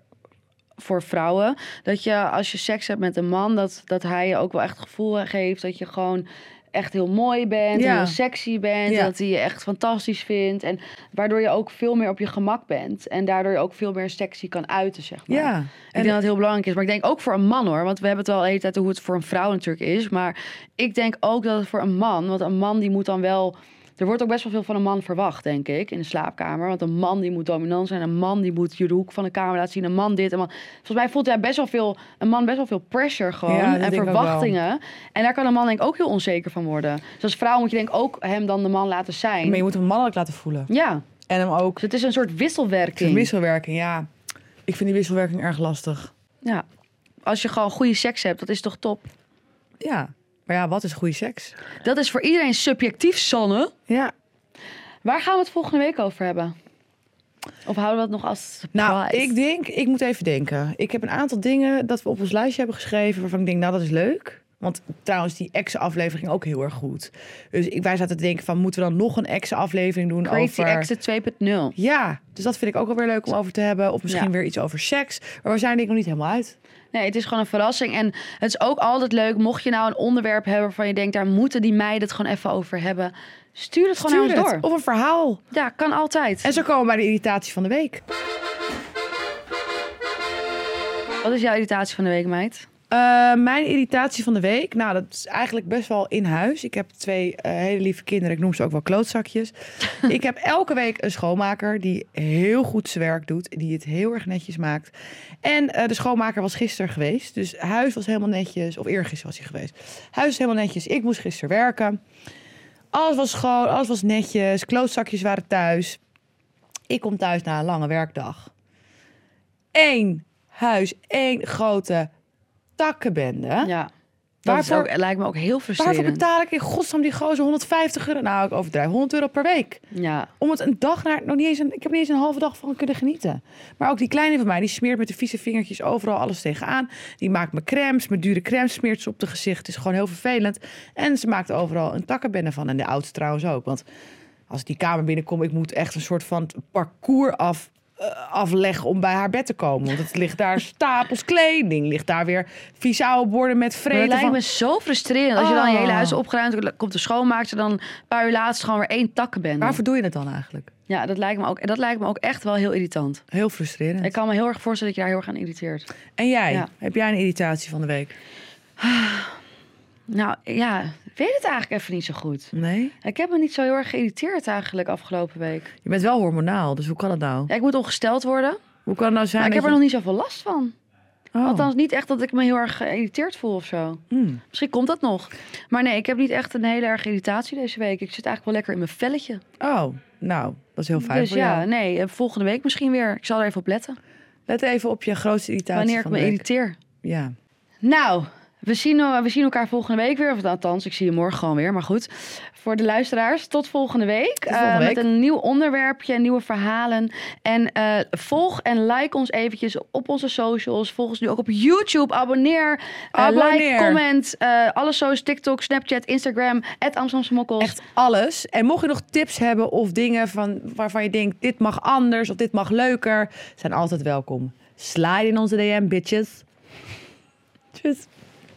[SPEAKER 2] voor vrouwen. Dat je als je seks hebt met een man, dat, dat hij je ook wel echt het gevoel geeft dat je gewoon echt heel mooi bent, en
[SPEAKER 1] Ja.
[SPEAKER 2] heel sexy bent,
[SPEAKER 1] Ja.
[SPEAKER 2] en dat hij je echt fantastisch vindt. En waardoor je ook veel meer op je gemak bent. En daardoor je ook veel meer sexy kan uiten, zeg maar.
[SPEAKER 1] ja.
[SPEAKER 2] Ik denk dat het heel belangrijk is. Maar ik denk ook voor een man hoor. Want we hebben het wel de hele tijd hoe het voor een vrouw natuurlijk is. Maar ik denk ook dat het voor een man. Want een man die moet dan wel. Er wordt ook best wel veel van een man verwacht, denk ik, in de slaapkamer. Want een man die moet dominant zijn. Een man die moet je hoek van de kamer laten zien. Een man dit. Een man... Volgens mij voelt hij best wel veel, een man best wel veel pressure gewoon.
[SPEAKER 1] Ja, dat
[SPEAKER 2] en
[SPEAKER 1] denk ik ook wel.
[SPEAKER 2] verwachtingen. En daar kan een man denk ik ook heel onzeker van worden. Dus als vrouw moet je denk ik ook hem dan de man laten zijn.
[SPEAKER 1] Maar je moet hem mannelijk laten voelen.
[SPEAKER 2] Ja,
[SPEAKER 1] En hem ook.
[SPEAKER 2] dus het is een soort
[SPEAKER 1] De
[SPEAKER 2] wisselwerking.
[SPEAKER 1] wisselwerking, ja. Ik vind die wisselwerking erg lastig.
[SPEAKER 2] Ja. Als je gewoon goede seks hebt, dat is toch top?
[SPEAKER 1] Ja. Maar ja, wat is goede seks?
[SPEAKER 2] Dat is voor iedereen subjectief, Sanne.
[SPEAKER 1] Ja.
[SPEAKER 2] Waar gaan we het volgende week over hebben? Of houden we dat nog als surprise?
[SPEAKER 1] Nou, ik denk, ik moet even denken. Ik heb een aantal dingen dat we op ons lijstje hebben geschreven waarvan ik denk, nou, dat is leuk. Maar Want trouwens, die ex-aflevering ook heel erg goed. Dus ik, wij zaten te denken van, moeten we dan nog een ex-aflevering doen
[SPEAKER 2] Crazy
[SPEAKER 1] over...
[SPEAKER 2] Exit 2.0.
[SPEAKER 1] Ja, dus dat vind ik ook wel weer leuk om over te hebben. Of misschien
[SPEAKER 2] Ja.
[SPEAKER 1] weer iets over seks. Maar we zijn denk ik nog niet helemaal uit.
[SPEAKER 2] Nee, het is gewoon een verrassing. En het is ook altijd leuk, mocht je nou een onderwerp hebben waarvan je denkt, daar moeten die meiden het gewoon even over hebben. Stuur het gewoon naar ons door.
[SPEAKER 1] Of een verhaal.
[SPEAKER 2] Ja, kan altijd.
[SPEAKER 1] En zo komen we bij de irritatie van de week.
[SPEAKER 2] Wat is jouw irritatie van de week, meid?
[SPEAKER 1] Eh, mijn irritatie van de week, nou dat is eigenlijk best wel in huis. Ik heb twee eh, hele lieve kinderen, ik noem ze ook wel klootzakjes. ik heb elke week een schoonmaker die heel goed zijn werk doet, die het heel erg netjes maakt. En eh, de schoonmaker was gisteren geweest, dus huis was helemaal netjes, of eergisteren was hij geweest. Huis is helemaal netjes, ik moest gisteren werken. Alles was schoon, alles was netjes, klootzakjes waren thuis. Ik kom thuis na een lange werkdag. Eén huis, één grote takkenbende.
[SPEAKER 2] Ja. Dat
[SPEAKER 1] Waarvoor-
[SPEAKER 2] is ook, lijkt me ook heel
[SPEAKER 1] Waarvoor
[SPEAKER 2] frustrerend.
[SPEAKER 1] betaal ik in godsnaam die gozer 150 euro? Nou, ik overdrijf 100 euro per week.
[SPEAKER 2] Ja.
[SPEAKER 1] Om het een dag naar, nog niet eens een, ik heb niet eens een halve dag van kunnen genieten. Maar ook die kleine van mij, die smeert met de vieze vingertjes overal alles tegenaan. Die maakt me crèmes, mijn dure crèmes smeert ze op de gezicht. Het is gewoon heel vervelend. En ze maakt overal een takkenbende van. En de oudste trouwens ook. Want als ik die kamer binnenkom, ik moet echt een soort van parcours af, eh, afleggen om bij haar bed te komen. Want het ligt daar stapels kleding, ligt daar weer vieze oude borden met
[SPEAKER 2] Maar
[SPEAKER 1] vreten
[SPEAKER 2] het lijkt
[SPEAKER 1] van
[SPEAKER 2] me zo frustrerend. Als je dan je hele
[SPEAKER 1] Oh.
[SPEAKER 2] huis opgeruimd hebt, komt de schoonmaakster dan een paar uur later gewoon weer één takken bent.
[SPEAKER 1] Waarvoor doe je het dan eigenlijk?
[SPEAKER 2] Ja, dat lijkt, me ook, dat lijkt me ook echt wel heel irritant.
[SPEAKER 1] Heel frustrerend.
[SPEAKER 2] Ik kan me heel erg voorstellen dat je daar heel erg aan irriteert.
[SPEAKER 1] En jij?
[SPEAKER 2] Ja.
[SPEAKER 1] Heb jij een irritatie van de week?
[SPEAKER 2] Nou ja, ik weet het eigenlijk even niet zo goed.
[SPEAKER 1] Nee?
[SPEAKER 2] Ik heb me niet zo heel erg geïrriteerd eigenlijk afgelopen week.
[SPEAKER 1] Je bent wel hormonaal, dus hoe kan het nou?
[SPEAKER 2] Ja, ik moet ongesteld worden, maar
[SPEAKER 1] Hoe kan het nou zijn
[SPEAKER 2] ik heb
[SPEAKER 1] dat
[SPEAKER 2] er
[SPEAKER 1] je...
[SPEAKER 2] nog niet zoveel last van.
[SPEAKER 1] Oh.
[SPEAKER 2] Althans, niet echt dat ik me heel erg geïrriteerd voel of zo.
[SPEAKER 1] Hmm.
[SPEAKER 2] Misschien komt dat nog. Maar nee, ik heb niet echt een hele erg irritatie deze week. Ik zit eigenlijk wel lekker in mijn velletje.
[SPEAKER 1] Oh, nou, dat is heel fijn
[SPEAKER 2] dus
[SPEAKER 1] voor
[SPEAKER 2] ja,
[SPEAKER 1] jou.
[SPEAKER 2] nee, eh, volgende week misschien weer. Ik zal er even op letten.
[SPEAKER 1] Let even op je grootste irritatie
[SPEAKER 2] wanneer ik
[SPEAKER 1] van
[SPEAKER 2] me
[SPEAKER 1] de week.
[SPEAKER 2] irriteer.
[SPEAKER 1] Ja.
[SPEAKER 2] Nou, we zien, eh, we zien elkaar volgende week weer. Of althans, ik zie je morgen gewoon weer. Maar goed, voor de luisteraars, tot volgende week.
[SPEAKER 1] Tot volgende
[SPEAKER 2] Eh,
[SPEAKER 1] week.
[SPEAKER 2] Met een nieuw onderwerpje, nieuwe verhalen. En eh, volg en like ons eventjes op onze socials. Volg ons nu ook op YouTube. Abonneer, eh,
[SPEAKER 1] Abonneer.
[SPEAKER 2] like, comment. eh alle socials, TikTok, Snapchat, Instagram. Het Amsterdamse Mokkels.
[SPEAKER 1] Echt alles. En mocht je nog tips hebben of dingen van, waarvan je denkt... dit mag anders of dit mag leuker... zijn altijd welkom. Slide in onze DM, bitches. Tjus.